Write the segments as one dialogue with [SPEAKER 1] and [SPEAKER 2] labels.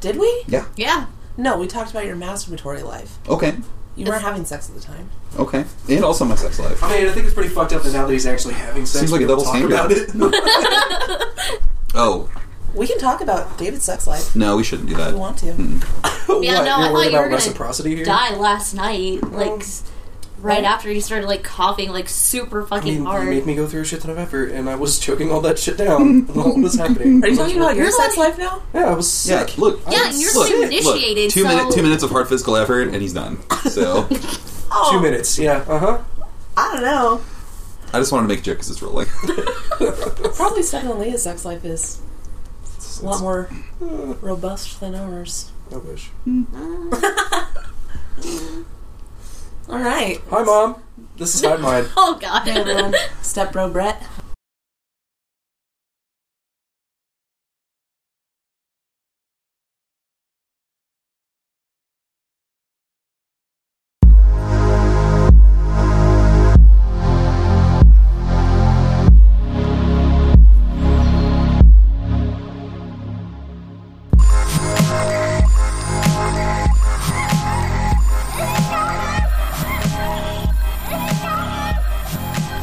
[SPEAKER 1] Did we?
[SPEAKER 2] Yeah.
[SPEAKER 3] Yeah.
[SPEAKER 1] No, we talked about your masturbatory life.
[SPEAKER 2] Okay.
[SPEAKER 1] You weren't having sex at the time.
[SPEAKER 2] Okay. And also my sex life.
[SPEAKER 4] I mean, I think it's pretty fucked up that now that he's actually having sex,
[SPEAKER 2] Seems like a
[SPEAKER 4] people
[SPEAKER 2] double
[SPEAKER 4] talk
[SPEAKER 2] standard.
[SPEAKER 4] about it.
[SPEAKER 2] Oh
[SPEAKER 1] We can talk about David's sex life
[SPEAKER 2] no, we shouldn't do
[SPEAKER 1] if
[SPEAKER 2] that.
[SPEAKER 1] you want
[SPEAKER 4] Mm,
[SPEAKER 1] to.
[SPEAKER 3] Yeah,
[SPEAKER 4] what?
[SPEAKER 3] no, I
[SPEAKER 4] You're
[SPEAKER 3] thought you
[SPEAKER 4] worried
[SPEAKER 3] were
[SPEAKER 4] about
[SPEAKER 3] gonna
[SPEAKER 4] reciprocity here.
[SPEAKER 3] Died last night, like s- right
[SPEAKER 1] Oh.
[SPEAKER 3] after he started like coughing like super
[SPEAKER 4] I
[SPEAKER 3] fucking
[SPEAKER 4] mean, you
[SPEAKER 3] hard.
[SPEAKER 4] made me go through a shit ton of effort, and I was choking all that shit down while it was happening.
[SPEAKER 1] Are you talking about your
[SPEAKER 3] You're
[SPEAKER 1] sex life
[SPEAKER 3] like-
[SPEAKER 1] now?
[SPEAKER 4] Yeah, I was
[SPEAKER 2] Yeah.
[SPEAKER 4] sick.
[SPEAKER 2] Look.
[SPEAKER 3] Yeah,
[SPEAKER 2] look,
[SPEAKER 3] and you're
[SPEAKER 2] look,
[SPEAKER 3] still
[SPEAKER 2] look,
[SPEAKER 3] initiated,
[SPEAKER 2] Two
[SPEAKER 3] so
[SPEAKER 2] minute, two minutes of hard physical effort, and he's done. So
[SPEAKER 1] Oh,
[SPEAKER 4] Two minutes. Yeah. Uh huh.
[SPEAKER 1] I don't know.
[SPEAKER 2] I just wanted to make a joke because it's rolling.
[SPEAKER 1] Probably Stefan and Leah's sex life is a lot more robust than ours.
[SPEAKER 4] I wish.
[SPEAKER 1] All right.
[SPEAKER 4] Hi, mom. This is hi, mine.
[SPEAKER 3] Oh god.
[SPEAKER 1] Step bro Brett.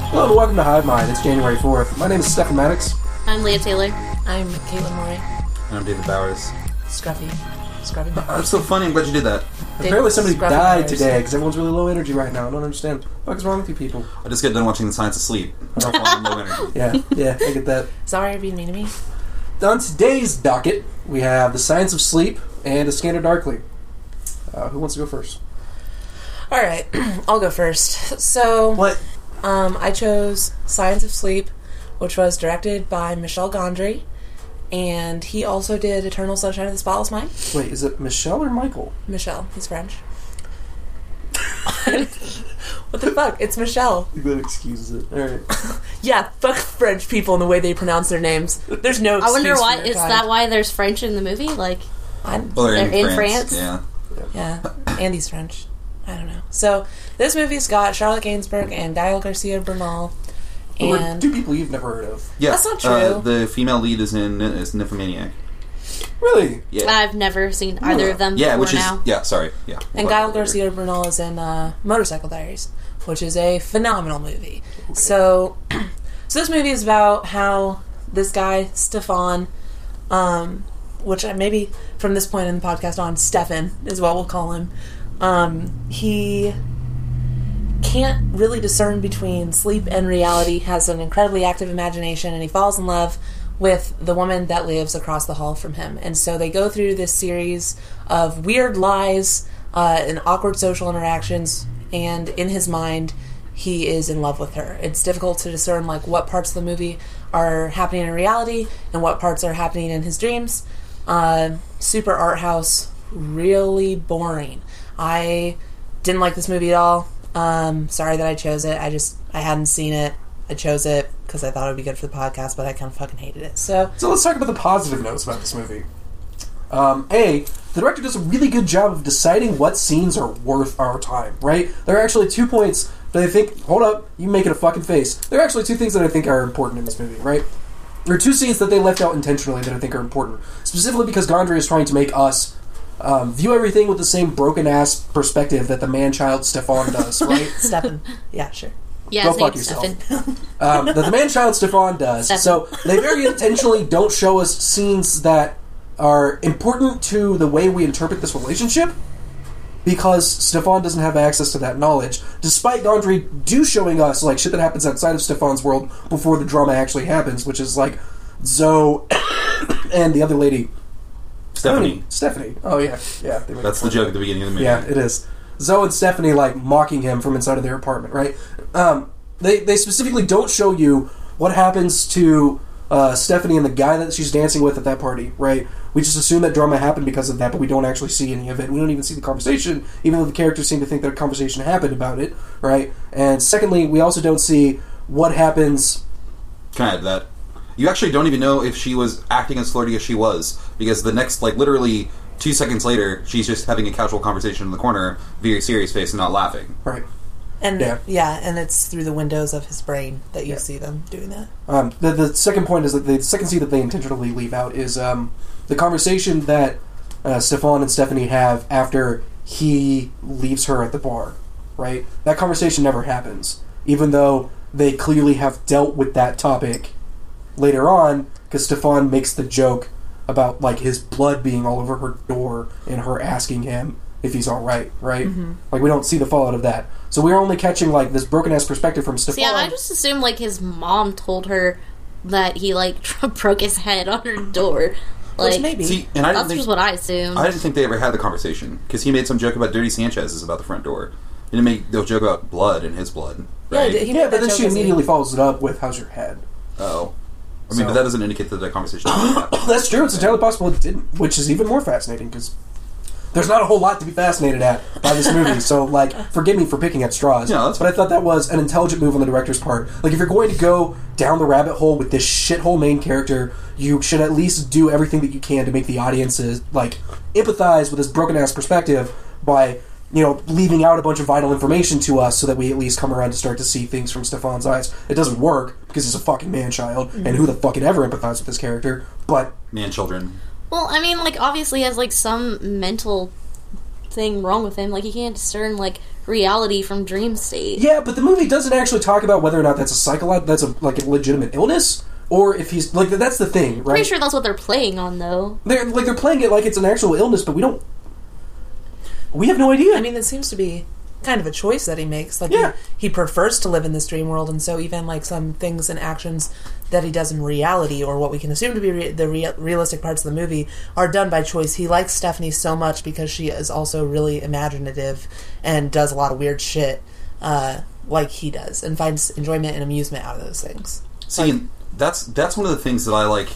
[SPEAKER 4] Hello, and welcome to Hive Mind. It's January 4th. My name is Stefan Maddox.
[SPEAKER 3] I'm Leah Taylor.
[SPEAKER 1] I'm Caitlin Murray.
[SPEAKER 2] I'm David Bowers.
[SPEAKER 1] Scruffy. Scruffy.
[SPEAKER 2] That's Oh, so funny. I'm glad you did that.
[SPEAKER 4] Uh, Apparently, somebody
[SPEAKER 1] Scruffy
[SPEAKER 4] died
[SPEAKER 1] Myers.
[SPEAKER 4] today because everyone's really low energy right now. I don't understand. What the fuck is wrong with you people?
[SPEAKER 2] I just got done watching The Science of Sleep. I don't want no energy.
[SPEAKER 4] Yeah, yeah, I get that.
[SPEAKER 1] Sorry for being mean to me.
[SPEAKER 4] On today's docket, we have The Science of Sleep and A Scanner Darkly. Uh, who wants to go first?
[SPEAKER 1] All right, I'll go first. So,
[SPEAKER 4] What?
[SPEAKER 1] Um, I chose Science of Sleep, which was directed by Michel Gondry, and he also did Eternal Sunshine of the Spotless Mind.
[SPEAKER 4] Wait, is it Michelle or Michael?
[SPEAKER 1] Michel, he's French. what the fuck? It's Michel.
[SPEAKER 4] That excuses it. Alright.
[SPEAKER 1] Yeah, fuck French people and the way they pronounce their names. There's no.
[SPEAKER 3] I wonder
[SPEAKER 1] excuse
[SPEAKER 3] why
[SPEAKER 1] for
[SPEAKER 3] is
[SPEAKER 1] kind.
[SPEAKER 3] that why there's French in the movie? Like
[SPEAKER 1] I'm-
[SPEAKER 2] Well,
[SPEAKER 3] They're in France?
[SPEAKER 2] Yeah.
[SPEAKER 1] Yeah, Andy's French. I don't know. So this movie's got Charlotte Gainsbourg and Gael Garcia Bernal,
[SPEAKER 4] Who are
[SPEAKER 1] and
[SPEAKER 4] two people you've never heard of.
[SPEAKER 2] Yeah.
[SPEAKER 1] That's not
[SPEAKER 2] Uh,
[SPEAKER 1] true.
[SPEAKER 2] the female lead is in is Nymphomaniac.
[SPEAKER 4] Really?
[SPEAKER 2] Yeah.
[SPEAKER 3] I've never seen either of them
[SPEAKER 2] yeah,
[SPEAKER 3] before
[SPEAKER 2] which is
[SPEAKER 3] now.
[SPEAKER 2] yeah. Sorry. Yeah.
[SPEAKER 1] And
[SPEAKER 2] Fuck
[SPEAKER 1] Gael
[SPEAKER 2] it.
[SPEAKER 1] Garcia Bernal is in uh, Motorcycle Diaries, which is a phenomenal movie. So, so this movie is about how this guy Stefan, um, which I maybe from this point in the podcast on Stefan is what we'll call him. Um, he can't really discern between sleep and reality. Has an incredibly active imagination, and he falls in love with the woman that lives across the hall from him. And so they go through this series of weird lies uh, and awkward social interactions. And in his mind, he is in love with her. It's difficult to discern like what parts of the movie are happening in reality and what parts are happening in his dreams. Uh, super art house, really boring. I didn't like this movie at all. Um, sorry that I chose it. I just I hadn't seen it. I chose it because I thought it would be good for the podcast, but I kind of fucking hated it. So
[SPEAKER 4] So let's talk about the positive notes about this movie. Um, a, the director does a really good job of deciding what scenes are worth our time, right? There are actually two points that I think, hold up, you make it a fucking face. There are actually two things that I think are important in this movie, right? There are two scenes that they left out intentionally that I think are important, specifically because Gondry is trying to make us um, view everything with the same broken ass perspective that the man child Stefan does, right?
[SPEAKER 1] Stefan, yeah, sure.
[SPEAKER 3] Yeah,
[SPEAKER 4] Go
[SPEAKER 3] his
[SPEAKER 4] fuck
[SPEAKER 3] name's
[SPEAKER 4] yourself.
[SPEAKER 3] Stefan.
[SPEAKER 4] um, that the man child Stefan does. So they very intentionally don't show us scenes that are important to the way we interpret this relationship because Stefan doesn't have access to that knowledge, despite Gondry do showing us like shit that happens outside of Stefan's world before the drama actually happens, which is like Zoe and the other lady.
[SPEAKER 2] Stephanie.
[SPEAKER 4] Stephanie. Oh yeah. Yeah. they make
[SPEAKER 2] That's the joke at the beginning of the movie.
[SPEAKER 4] yeah, it is. Zoe and Stephanie like mocking him from inside of their apartment, right? Um, they they specifically don't show you what happens to uh, Stephanie and the guy that she's dancing with at that party, right? We just assume that drama happened because of that, but we don't actually see any of it. We don't even see the conversation, even though the characters seem to think that a conversation happened about it, right? And secondly, we also don't see what happens
[SPEAKER 2] Can I add that? You actually don't even know if she was acting as flirty as she was, because the next, like, literally two seconds later, she's just having a casual conversation in the corner, very serious face, and not laughing.
[SPEAKER 4] right.
[SPEAKER 1] And
[SPEAKER 4] Yeah.
[SPEAKER 1] yeah. and it's through the windows of his brain that you see them doing that.
[SPEAKER 4] Um, the, the second point is that the second scene that they intentionally leave out is um, the conversation that uh, Stefan and Stephanie have after he leaves her at the bar, right? That conversation never happens, even though they clearly have dealt with that topic later on, because Stefan makes the joke about like his blood being all over her door and her asking him if he's all right, right? Like we don't see the fallout of that, so we're only catching like this broken ass perspective from Stefan.
[SPEAKER 3] See, I just assumed like his mom told her that he like broke his head on her door. Like
[SPEAKER 1] Which maybe.
[SPEAKER 2] See, and I didn't
[SPEAKER 3] that's
[SPEAKER 2] think
[SPEAKER 3] just what I assumed.
[SPEAKER 2] I didn't think they ever had the conversation because he made some joke about Dirty Sanchez is about the front door. He didn't make the joke about blood and his blood. Right?
[SPEAKER 1] he
[SPEAKER 4] yeah,
[SPEAKER 1] made
[SPEAKER 4] but
[SPEAKER 1] that
[SPEAKER 4] then
[SPEAKER 1] joke
[SPEAKER 4] she
[SPEAKER 1] as he-
[SPEAKER 4] immediately follows it up with "How's your head?"
[SPEAKER 2] Oh, I mean,
[SPEAKER 4] So-
[SPEAKER 2] but that doesn't indicate that the conversation. happened.
[SPEAKER 4] That's true. It's entirely possible it didn't, which is even more fascinating because there's not a whole lot to be fascinated at by this movie. so, like, forgive me for picking at straws.
[SPEAKER 2] Yeah, that's
[SPEAKER 4] but I thought that was an intelligent move on the director's part. Like, if you're going to go down the rabbit hole with this shithole main character, you should at least do everything that you can to make the audiences like empathize with his broken ass perspective by. You know, leaving out a bunch of vital information to us so that we at least come around to start to see things from Stefan's eyes. It doesn't work because he's a fucking man child, and who the fuck could ever empathize with this character? But
[SPEAKER 2] Man, children.
[SPEAKER 3] Well, I mean, like obviously he has like some mental thing wrong with him. Like he can't discern like reality from dream state.
[SPEAKER 4] Yeah, but the movie doesn't actually talk about whether or not that's a psychological, that's a like a legitimate illness, or if he's like that's the thing, right?
[SPEAKER 3] Pretty sure that's what they're playing on though.
[SPEAKER 4] They're like they're playing it like it's an actual illness, but we don't. We have no idea.
[SPEAKER 1] I mean, that seems to be kind of a choice that he makes. Like,
[SPEAKER 4] Yeah.
[SPEAKER 1] he, he prefers to live in this dream world, and so even like some things and actions that he does in reality, or what we can assume to be re- the rea- realistic parts of the movie, are done by choice. He likes Stephanie so much because she is also really imaginative and does a lot of weird shit, uh, like he does, and finds enjoyment and amusement out of those things.
[SPEAKER 2] See, and that's that's one of the things that I like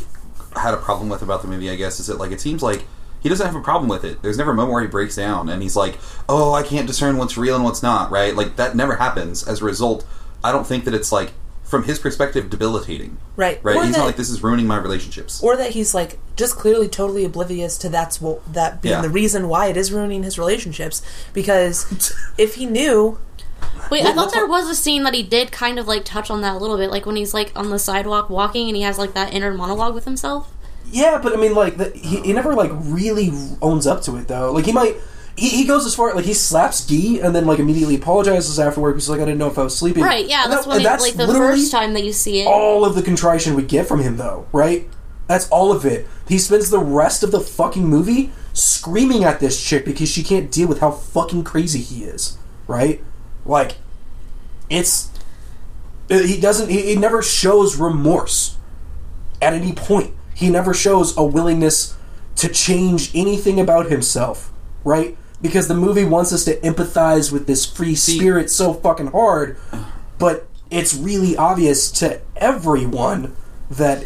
[SPEAKER 2] had a problem with about the movie. I guess is that like it seems like he doesn't have a problem with it. There's never a moment where he breaks down and he's like, "Oh, I can't discern what's real and what's not." Right? Like that never happens. As a result, I don't think that it's like from his perspective debilitating.
[SPEAKER 1] Right.
[SPEAKER 2] Right?
[SPEAKER 1] Or
[SPEAKER 2] he's
[SPEAKER 1] that-
[SPEAKER 2] not like this is ruining my relationships.
[SPEAKER 1] or that he's like just clearly totally oblivious to that's what that being
[SPEAKER 2] Yeah.
[SPEAKER 1] the reason why it is ruining his relationships because if he knew
[SPEAKER 3] Wait, I thought there was a scene that he did kind of like touch on that a little bit, like when he's like on the sidewalk walking and he has like that inner monologue with himself.
[SPEAKER 4] yeah, but I mean, like the, he, he never like really owns up to it though. Like he might. He, he goes as far like he slaps Gee and then like immediately apologizes afterward because like I didn't know if I was
[SPEAKER 1] Hmm.
[SPEAKER 4] sleeping.
[SPEAKER 3] Right? Yeah,
[SPEAKER 4] And
[SPEAKER 3] that's
[SPEAKER 4] that-
[SPEAKER 3] what
[SPEAKER 4] and
[SPEAKER 3] he, like the
[SPEAKER 4] literally
[SPEAKER 3] first time that you see it.
[SPEAKER 4] all of the contrition we get from him, though, right? That's all of it. He spends the rest of the fucking movie screaming at this chick because she can't deal with how fucking crazy he is, right? Like, it's. He doesn't. He, he never shows remorse at any point. He never shows a willingness to change anything about himself, right? Because the movie wants us to empathize with this free spirit so fucking hard, but it's really obvious to everyone that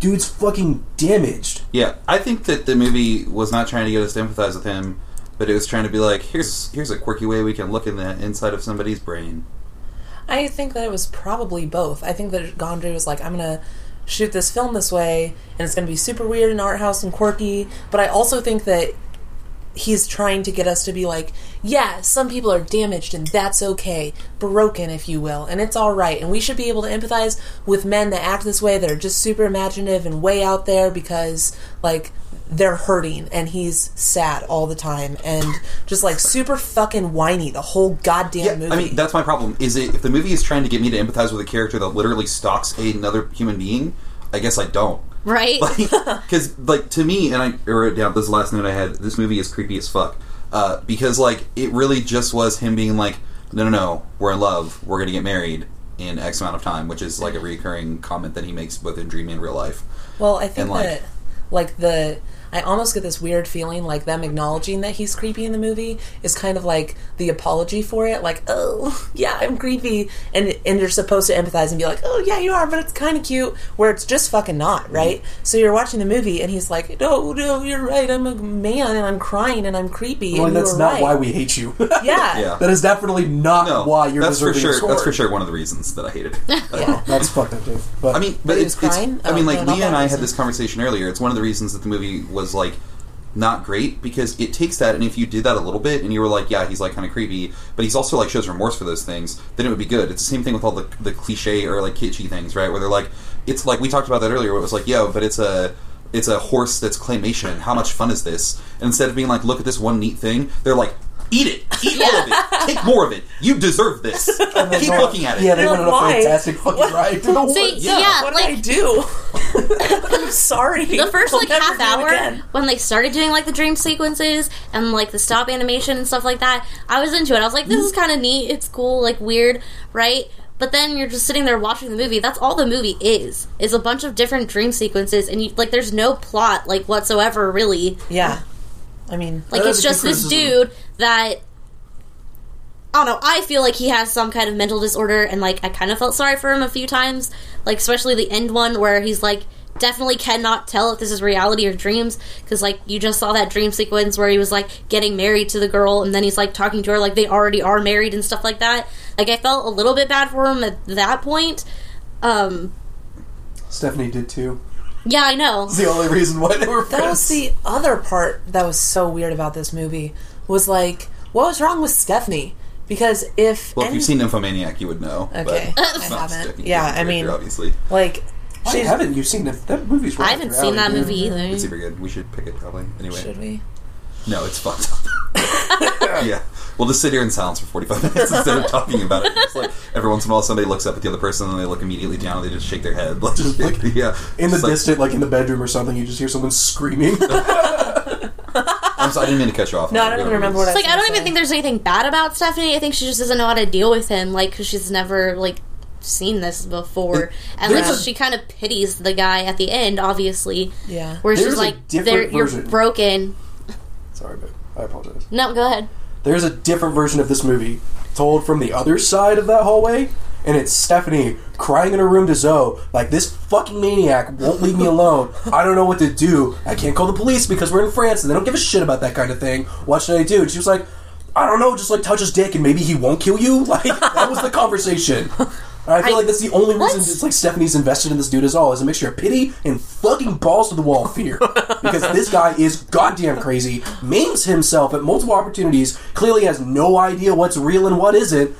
[SPEAKER 4] dude's fucking damaged.
[SPEAKER 2] Yeah, I think that the movie was not trying to get us to empathize with him, but it was trying to be like, here's here's a quirky way we can look in the inside of somebody's brain.
[SPEAKER 1] I think that it was probably both. I think that Gondry was like, I'm going to shoot this film this way, and it's going to be super weird and art house and quirky. But I also think that he's trying to get us to be like, yeah, some people are damaged, and that's okay. Broken, if you will, and it's all right. And we should be able to empathize with men that act this way, that are just super imaginative and way out there because, like, they're hurting and he's sad all the time and just like super fucking whiny the whole goddamn
[SPEAKER 2] Yeah,
[SPEAKER 1] movie.
[SPEAKER 2] I mean that's my problem. Is it if the movie is trying to get me to empathize with a character that literally stalks another human being? I guess I don't.
[SPEAKER 3] Right?
[SPEAKER 2] Because like to me, and I wrote down this last note I had. This movie is creepy as fuck. Uh, because like it really just was him being like, no, no, no, we're in love, we're gonna get married in X amount of time, which is like a recurring comment that he makes both in dream and real life.
[SPEAKER 1] Well, I think
[SPEAKER 2] And, like-
[SPEAKER 1] that like the I almost get this weird feeling like them acknowledging that he's creepy in the movie is kind of like the apology for it, like, "Oh, yeah, I'm creepy." And and you're supposed to empathize and be like, "Oh, yeah, you are, but it's kind of cute." Where it's just fucking not,
[SPEAKER 4] Mm-hmm.
[SPEAKER 1] right? So you're watching the movie and he's like, "No, no, you're right. I'm a man and I'm crying and I'm creepy."
[SPEAKER 4] Like,
[SPEAKER 1] and
[SPEAKER 4] that's
[SPEAKER 1] you were
[SPEAKER 4] not
[SPEAKER 1] right."
[SPEAKER 4] why we hate you. that
[SPEAKER 1] Yeah.
[SPEAKER 2] Yeah.
[SPEAKER 4] is definitely not
[SPEAKER 2] No,
[SPEAKER 4] why you're
[SPEAKER 2] that's for
[SPEAKER 4] deserving
[SPEAKER 2] sure.
[SPEAKER 4] of
[SPEAKER 2] That's for
[SPEAKER 4] scorn.
[SPEAKER 2] sure one of the reasons that I hated it.
[SPEAKER 4] That's fucked up, dude. But
[SPEAKER 2] I mean, but
[SPEAKER 1] he
[SPEAKER 2] it's,
[SPEAKER 1] was
[SPEAKER 2] it's
[SPEAKER 1] crying?
[SPEAKER 2] I mean,
[SPEAKER 1] Oh,
[SPEAKER 2] like
[SPEAKER 1] no, not
[SPEAKER 2] Leah and
[SPEAKER 1] that
[SPEAKER 2] I had
[SPEAKER 1] reason.
[SPEAKER 2] this conversation earlier. It's one of the reasons that the movie was like not great because it takes that, and if you did that a little bit, and you were like, yeah, he's like kind of creepy, but he's also like shows remorse for those things, then it would be good. It's the same thing with all the the cliche or like kitschy things, right? Where they're like, it's like we talked about that earlier. Where it was like, yo, but it's a it's a horse that's claymation. How much fun is this? And instead of being like, look at this one neat thing, they're like, eat it, eat all of it, take more of it. You deserve this.
[SPEAKER 1] Oh
[SPEAKER 2] Keep looking at it.
[SPEAKER 4] Yeah, they
[SPEAKER 1] You're
[SPEAKER 4] went on
[SPEAKER 1] like,
[SPEAKER 4] a
[SPEAKER 1] why?
[SPEAKER 4] fantastic fucking ride. to the
[SPEAKER 3] See,
[SPEAKER 4] woods.
[SPEAKER 3] yeah,
[SPEAKER 1] what
[SPEAKER 3] like
[SPEAKER 1] did I do? I'm sorry.
[SPEAKER 3] the first
[SPEAKER 1] I'll
[SPEAKER 3] like
[SPEAKER 1] never
[SPEAKER 3] half
[SPEAKER 1] do it
[SPEAKER 3] hour
[SPEAKER 1] again.
[SPEAKER 3] when they started doing like the dream sequences and like the stop animation and stuff like that i was into it i was like this is kind of neat it's cool like weird right but then you're just sitting there watching the movie that's all the movie is is a bunch of different dream sequences and you like there's no plot like whatsoever really
[SPEAKER 1] Yeah. I mean,
[SPEAKER 3] like
[SPEAKER 4] That
[SPEAKER 3] it's
[SPEAKER 4] is a good
[SPEAKER 3] just this
[SPEAKER 4] criticism.
[SPEAKER 3] dude that I don't know. I feel like he has some kind of mental disorder, and like I kind of felt sorry for him a few times, like especially the end one where he's like definitely cannot tell if this is reality or dreams because like you just saw that dream sequence where he was like getting married to the girl and then he's like talking to her like they already are married and stuff like that like i felt a little bit bad for him at that point um
[SPEAKER 4] Stephanie did too.
[SPEAKER 3] yeah i know
[SPEAKER 4] That's the only reason why they were friends.
[SPEAKER 1] that was the other part that was so weird about this movie was like, what was wrong with Stephanie? Because if
[SPEAKER 2] Well, if
[SPEAKER 1] any-
[SPEAKER 2] you've seen Nymphomaniac, you would know.
[SPEAKER 1] Okay,
[SPEAKER 2] But
[SPEAKER 1] I
[SPEAKER 2] it's not
[SPEAKER 1] haven't.
[SPEAKER 2] sticking
[SPEAKER 1] Yeah,
[SPEAKER 2] to the
[SPEAKER 1] I mean-
[SPEAKER 2] character, obviously,
[SPEAKER 1] like
[SPEAKER 4] Why
[SPEAKER 1] she's-
[SPEAKER 4] haven't you seen that? That movie's. Right
[SPEAKER 3] i
[SPEAKER 4] up
[SPEAKER 3] haven't
[SPEAKER 4] your
[SPEAKER 3] seen that
[SPEAKER 4] alley, dude.
[SPEAKER 3] movie either
[SPEAKER 2] it's super good. We should pick it probably. Anyway,
[SPEAKER 1] should we?
[SPEAKER 2] no, it's fucked up. yeah, we'll just sit here in silence for forty-five minutes instead of talking about it. It's like every once in a while, somebody looks up at the other person and they look immediately down and they just shake their head. Like,
[SPEAKER 4] Just like-
[SPEAKER 2] yeah,
[SPEAKER 4] In the
[SPEAKER 2] It's like,
[SPEAKER 4] distant, like in the bedroom or something, you just hear someone screaming.
[SPEAKER 2] I'm sorry, I didn't mean to cut you off.
[SPEAKER 1] No, I don't even remember what I
[SPEAKER 3] It's
[SPEAKER 1] was
[SPEAKER 3] like I don't
[SPEAKER 1] gonna
[SPEAKER 3] even
[SPEAKER 1] say.
[SPEAKER 3] think there's anything bad about Stephanie. I think she just doesn't know how to deal with him, like because she's never like seen this before, and like
[SPEAKER 4] There's a-
[SPEAKER 3] she kind of pities the guy at the end, obviously,
[SPEAKER 1] Yeah.
[SPEAKER 3] where
[SPEAKER 4] There's
[SPEAKER 3] she's
[SPEAKER 4] a
[SPEAKER 3] like,
[SPEAKER 4] different
[SPEAKER 3] "There, you're
[SPEAKER 4] version.
[SPEAKER 3] broken."
[SPEAKER 4] Sorry, babe. I apologize.
[SPEAKER 3] No, go ahead.
[SPEAKER 4] There's a different version of this movie told from the other side of that hallway, and it's Stephanie crying in her room to Zoe, like, this fucking maniac won't leave me alone. I don't know what to do. I can't call the police because we're in France and they don't give a shit about that kind of thing. What should I do? And she was like, I don't know, just like touch his dick and maybe he won't kill you. Like, that was the conversation. And I feel
[SPEAKER 3] I-
[SPEAKER 4] like that's the only reason
[SPEAKER 3] What?
[SPEAKER 4] it's like Stephanie's invested in this dude is all is a mixture of pity and fucking balls to the wall fear because this guy is goddamn crazy, maims himself at multiple opportunities, clearly has no idea what's real and what isn't,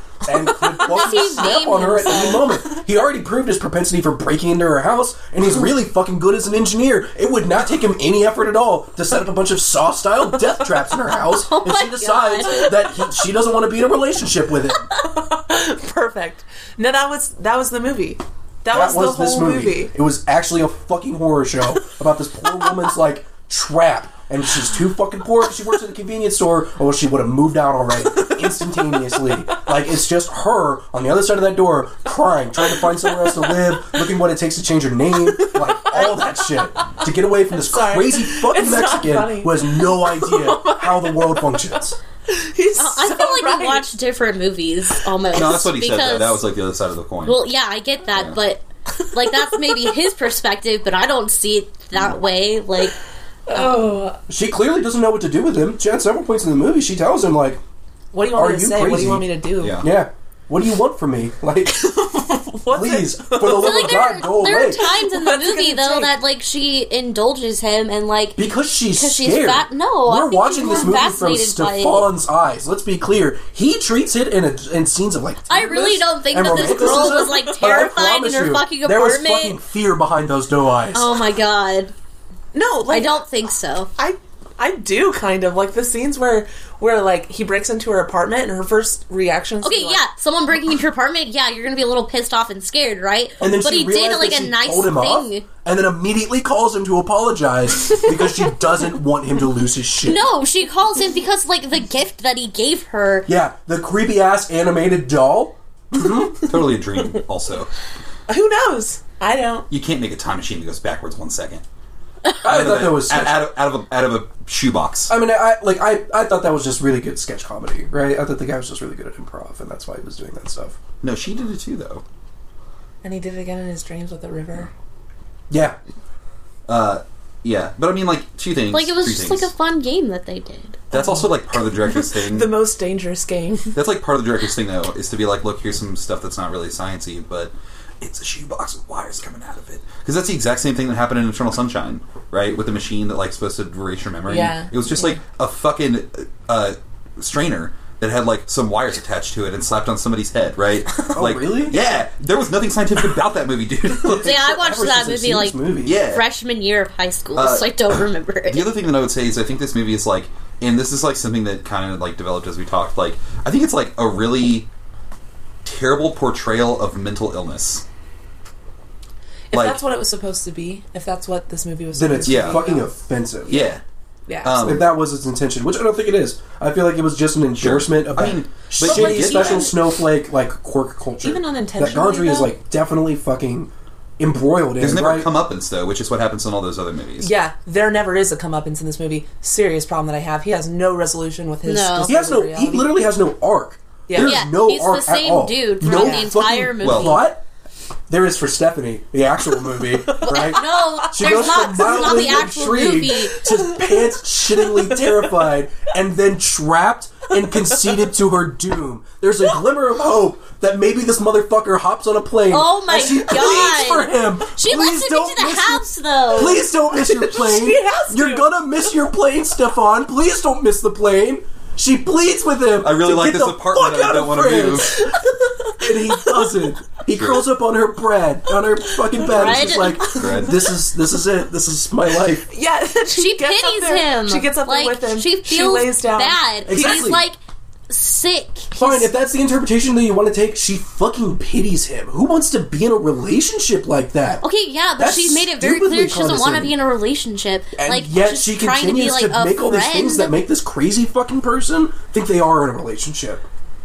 [SPEAKER 4] and could fucking
[SPEAKER 3] He
[SPEAKER 4] snap
[SPEAKER 3] maimed
[SPEAKER 4] on her at any moment. He already proved his propensity for breaking into her house, and he's really fucking good as an engineer. It would not take him any effort at all to set up a bunch of saw-style death traps in her house if she
[SPEAKER 3] Oh my
[SPEAKER 4] decides that he, she doesn't want to be in a relationship with him.
[SPEAKER 1] Perfect. No, that was that was the movie. That,
[SPEAKER 4] that
[SPEAKER 1] was,
[SPEAKER 4] was
[SPEAKER 1] the
[SPEAKER 4] this
[SPEAKER 1] whole
[SPEAKER 4] movie.
[SPEAKER 1] movie.
[SPEAKER 4] It was actually a fucking horror show about this poor woman's like trap, and she's too fucking poor. She works at a convenience store, or she would have moved out already instantaneously. Like it's just her on the other side of that door, crying, trying to find somewhere else to live, looking what it takes to change her name, like all that shit to get away from this
[SPEAKER 1] Sorry.
[SPEAKER 4] crazy fucking
[SPEAKER 1] It's not
[SPEAKER 4] Mexican
[SPEAKER 1] funny.
[SPEAKER 4] who has no idea how the world functions.
[SPEAKER 1] He's
[SPEAKER 3] Uh, I
[SPEAKER 1] so
[SPEAKER 3] feel like
[SPEAKER 1] right.
[SPEAKER 3] we watched different movies almost.
[SPEAKER 2] No, that's what he said.
[SPEAKER 3] because-
[SPEAKER 2] Though. That was like the other side of the coin.
[SPEAKER 3] well, yeah, I get that,
[SPEAKER 2] Yeah.
[SPEAKER 3] but like that's maybe his perspective, but I don't see it that way. Like,
[SPEAKER 1] Oh,
[SPEAKER 4] She clearly doesn't know what to do with him. She had several points in the movie. She tells him like,
[SPEAKER 1] what do you want
[SPEAKER 4] Are
[SPEAKER 1] me to
[SPEAKER 4] you
[SPEAKER 1] say? What do
[SPEAKER 4] crazy?
[SPEAKER 1] you want me to do?
[SPEAKER 2] yeah.
[SPEAKER 4] "Yeah, what do you want from me?" Like.
[SPEAKER 1] What's
[SPEAKER 4] Please,
[SPEAKER 1] it?
[SPEAKER 4] for the love
[SPEAKER 3] like
[SPEAKER 4] of
[SPEAKER 3] there,
[SPEAKER 4] God, go
[SPEAKER 3] are, there
[SPEAKER 4] away.
[SPEAKER 3] are times in the
[SPEAKER 1] What's it
[SPEAKER 3] movie
[SPEAKER 1] gonna
[SPEAKER 3] though
[SPEAKER 1] take?
[SPEAKER 3] that like she indulges him and like
[SPEAKER 4] Because she's
[SPEAKER 3] Because
[SPEAKER 4] scared.
[SPEAKER 3] she's fat- no, I
[SPEAKER 4] we're
[SPEAKER 3] think
[SPEAKER 4] watching
[SPEAKER 3] she's
[SPEAKER 4] this
[SPEAKER 3] more
[SPEAKER 4] movie from
[SPEAKER 3] fascinated by it.
[SPEAKER 4] Stefan's eyes. Let's be clear. He treats it in a, in scenes of like.
[SPEAKER 3] I really
[SPEAKER 4] tenderness
[SPEAKER 3] don't think
[SPEAKER 4] and
[SPEAKER 3] that this girl
[SPEAKER 4] romanticism,
[SPEAKER 3] was, like,
[SPEAKER 4] but I
[SPEAKER 3] terrified in
[SPEAKER 4] promise
[SPEAKER 3] her
[SPEAKER 4] you,
[SPEAKER 3] fucking
[SPEAKER 4] There was
[SPEAKER 3] apartment.
[SPEAKER 4] fucking fear behind those doe eyes.
[SPEAKER 3] oh my god,
[SPEAKER 1] No, like
[SPEAKER 3] I don't think so.
[SPEAKER 1] I I do kind of like the scenes where where like he breaks into her apartment and her first reaction. is to
[SPEAKER 3] Okay,
[SPEAKER 1] be like,
[SPEAKER 3] yeah, someone breaking into your apartment, yeah, you're gonna be a little pissed off and scared, right?
[SPEAKER 4] And then
[SPEAKER 3] but
[SPEAKER 4] she
[SPEAKER 3] he did
[SPEAKER 4] realized
[SPEAKER 3] like
[SPEAKER 4] that
[SPEAKER 3] a
[SPEAKER 4] she
[SPEAKER 3] nice
[SPEAKER 4] told him off,
[SPEAKER 3] thing.
[SPEAKER 4] and then immediately calls him to apologize because she doesn't want him to lose his shit.
[SPEAKER 3] No, she calls him because like the gift that he gave her.
[SPEAKER 4] Yeah, the creepy ass animated doll.
[SPEAKER 2] Totally a dream. Also,
[SPEAKER 1] Who knows? I don't.
[SPEAKER 2] you can't make a time machine that goes backwards one second.
[SPEAKER 4] I thought that was.
[SPEAKER 2] out,
[SPEAKER 4] Such, Oh.
[SPEAKER 2] out of, out of a out of a shoebox.
[SPEAKER 4] I mean, I like I, I thought that was just really good sketch comedy, right? I thought the guy was just really good at improv, and that's why he was doing that stuff.
[SPEAKER 2] No, she did it too, though.
[SPEAKER 1] And he did it again in his dreams with the river.
[SPEAKER 4] Yeah,
[SPEAKER 2] Yeah, but I mean, like two things.
[SPEAKER 3] Like it was
[SPEAKER 2] three
[SPEAKER 3] just
[SPEAKER 2] things.
[SPEAKER 3] like a fun game that they did.
[SPEAKER 2] That's also like part of the director's thing.
[SPEAKER 1] The most dangerous game.
[SPEAKER 2] that's like part of the director's thing, though, is to be like, look, here's some stuff that's not really sciencey, but it's a shoebox with wires coming out of it. Because that's the exact same thing that happened in Eternal Sunshine, right? With the machine that like supposed to erase your memory.
[SPEAKER 1] Yeah.
[SPEAKER 2] It was just like a fucking uh, strainer that had like some wires attached to it and slapped on somebody's head, right? like,
[SPEAKER 4] really?
[SPEAKER 2] Yeah, there was nothing scientific about that movie, dude. Like,
[SPEAKER 3] Yeah, I watched
[SPEAKER 4] Ever
[SPEAKER 3] that
[SPEAKER 4] since a
[SPEAKER 3] movie like
[SPEAKER 4] serious movie.
[SPEAKER 2] yeah.
[SPEAKER 3] freshman year of high school,
[SPEAKER 2] Uh,
[SPEAKER 3] so I don't remember it.
[SPEAKER 2] The other thing that I would say is I think this movie is like, and this is like something that kind of like developed as we talked. Like, I think it's like a really terrible portrayal of mental illness.
[SPEAKER 1] If
[SPEAKER 2] Like-
[SPEAKER 1] that's what it was supposed to be, if that's what this movie was
[SPEAKER 4] Then
[SPEAKER 1] supposed
[SPEAKER 4] it's
[SPEAKER 1] to
[SPEAKER 2] Yeah.
[SPEAKER 4] fucking offensive.
[SPEAKER 2] Yeah,
[SPEAKER 1] be, yeah.
[SPEAKER 2] um,
[SPEAKER 4] If that was its intention, which I don't think it is. I feel like it was just an endorsement of
[SPEAKER 2] I
[SPEAKER 4] that
[SPEAKER 2] mean, but
[SPEAKER 4] shitty
[SPEAKER 2] you get
[SPEAKER 4] special
[SPEAKER 1] that.
[SPEAKER 4] snowflake like quirk culture.
[SPEAKER 1] Even unintentionally,
[SPEAKER 4] That Gondry is
[SPEAKER 1] though?
[SPEAKER 4] like definitely fucking embroiled in
[SPEAKER 2] There's never
[SPEAKER 4] right?
[SPEAKER 2] comeuppance though, which is what happens in all those other movies.
[SPEAKER 1] yeah, there never is a comeuppance in this movie. Serious problem that I have. He has no resolution with his.
[SPEAKER 3] No.
[SPEAKER 4] He has no.
[SPEAKER 1] distorted
[SPEAKER 4] He
[SPEAKER 1] reality.
[SPEAKER 4] literally has no arc.
[SPEAKER 1] Yeah.
[SPEAKER 4] There's
[SPEAKER 3] Yeah,
[SPEAKER 4] no
[SPEAKER 3] he's the
[SPEAKER 4] arc at
[SPEAKER 3] same
[SPEAKER 4] all.
[SPEAKER 3] dude
[SPEAKER 4] No
[SPEAKER 3] throughout the
[SPEAKER 4] fucking
[SPEAKER 3] entire movie.
[SPEAKER 2] Well-
[SPEAKER 4] plot there is for Stephanie, the actual movie, right?
[SPEAKER 3] No,
[SPEAKER 4] She
[SPEAKER 3] there's
[SPEAKER 4] goes
[SPEAKER 3] not.
[SPEAKER 4] from
[SPEAKER 3] This is not
[SPEAKER 4] mildly
[SPEAKER 3] the actual
[SPEAKER 4] intrigued
[SPEAKER 3] movie.
[SPEAKER 4] to pants shittingly terrified, and then trapped and conceded to her doom. There's a glimmer of hope that maybe this motherfucker hops on a plane.
[SPEAKER 3] Oh my
[SPEAKER 4] and she
[SPEAKER 3] God.
[SPEAKER 4] pleads for him.
[SPEAKER 3] She
[SPEAKER 4] please
[SPEAKER 3] lets him
[SPEAKER 4] don't
[SPEAKER 3] into the
[SPEAKER 4] miss your-
[SPEAKER 3] house, though.
[SPEAKER 4] Please don't miss your plane.
[SPEAKER 1] She has
[SPEAKER 4] You're
[SPEAKER 1] to.
[SPEAKER 4] gonna miss your plane, Stefan. Please don't miss the plane. She pleads with him.
[SPEAKER 2] I really
[SPEAKER 4] to
[SPEAKER 2] like
[SPEAKER 4] get
[SPEAKER 2] this
[SPEAKER 4] the
[SPEAKER 2] apartment.
[SPEAKER 4] fuck
[SPEAKER 2] I
[SPEAKER 4] out
[SPEAKER 2] don't
[SPEAKER 4] of
[SPEAKER 2] want to
[SPEAKER 4] France.
[SPEAKER 2] move.
[SPEAKER 4] And he doesn't. He curls up on her bread, on her fucking bed. And she's
[SPEAKER 3] Bread.
[SPEAKER 4] like, "This is this is it. This is my life."
[SPEAKER 1] Yeah, she,
[SPEAKER 3] she
[SPEAKER 1] gets up
[SPEAKER 3] pities
[SPEAKER 1] there-
[SPEAKER 3] him.
[SPEAKER 1] She gets up
[SPEAKER 3] like,
[SPEAKER 1] there with him.
[SPEAKER 3] She feels
[SPEAKER 1] lays down.
[SPEAKER 3] bad. He's
[SPEAKER 4] Exactly.
[SPEAKER 3] like sick.
[SPEAKER 4] Fine, if that's the interpretation that you want to take, she fucking pities him. Who wants to be in a relationship like that?
[SPEAKER 3] Okay, yeah, but
[SPEAKER 4] That's
[SPEAKER 3] she made it very
[SPEAKER 4] stupidly
[SPEAKER 3] clear she doesn't want to
[SPEAKER 4] condescending.
[SPEAKER 3] be in a relationship.
[SPEAKER 4] And
[SPEAKER 3] like,
[SPEAKER 4] yet
[SPEAKER 3] she's
[SPEAKER 4] she
[SPEAKER 3] trying to be
[SPEAKER 4] continues
[SPEAKER 3] like
[SPEAKER 4] to,
[SPEAKER 3] a
[SPEAKER 4] make all
[SPEAKER 3] friend.
[SPEAKER 4] these things that make this crazy fucking person think they are in a relationship.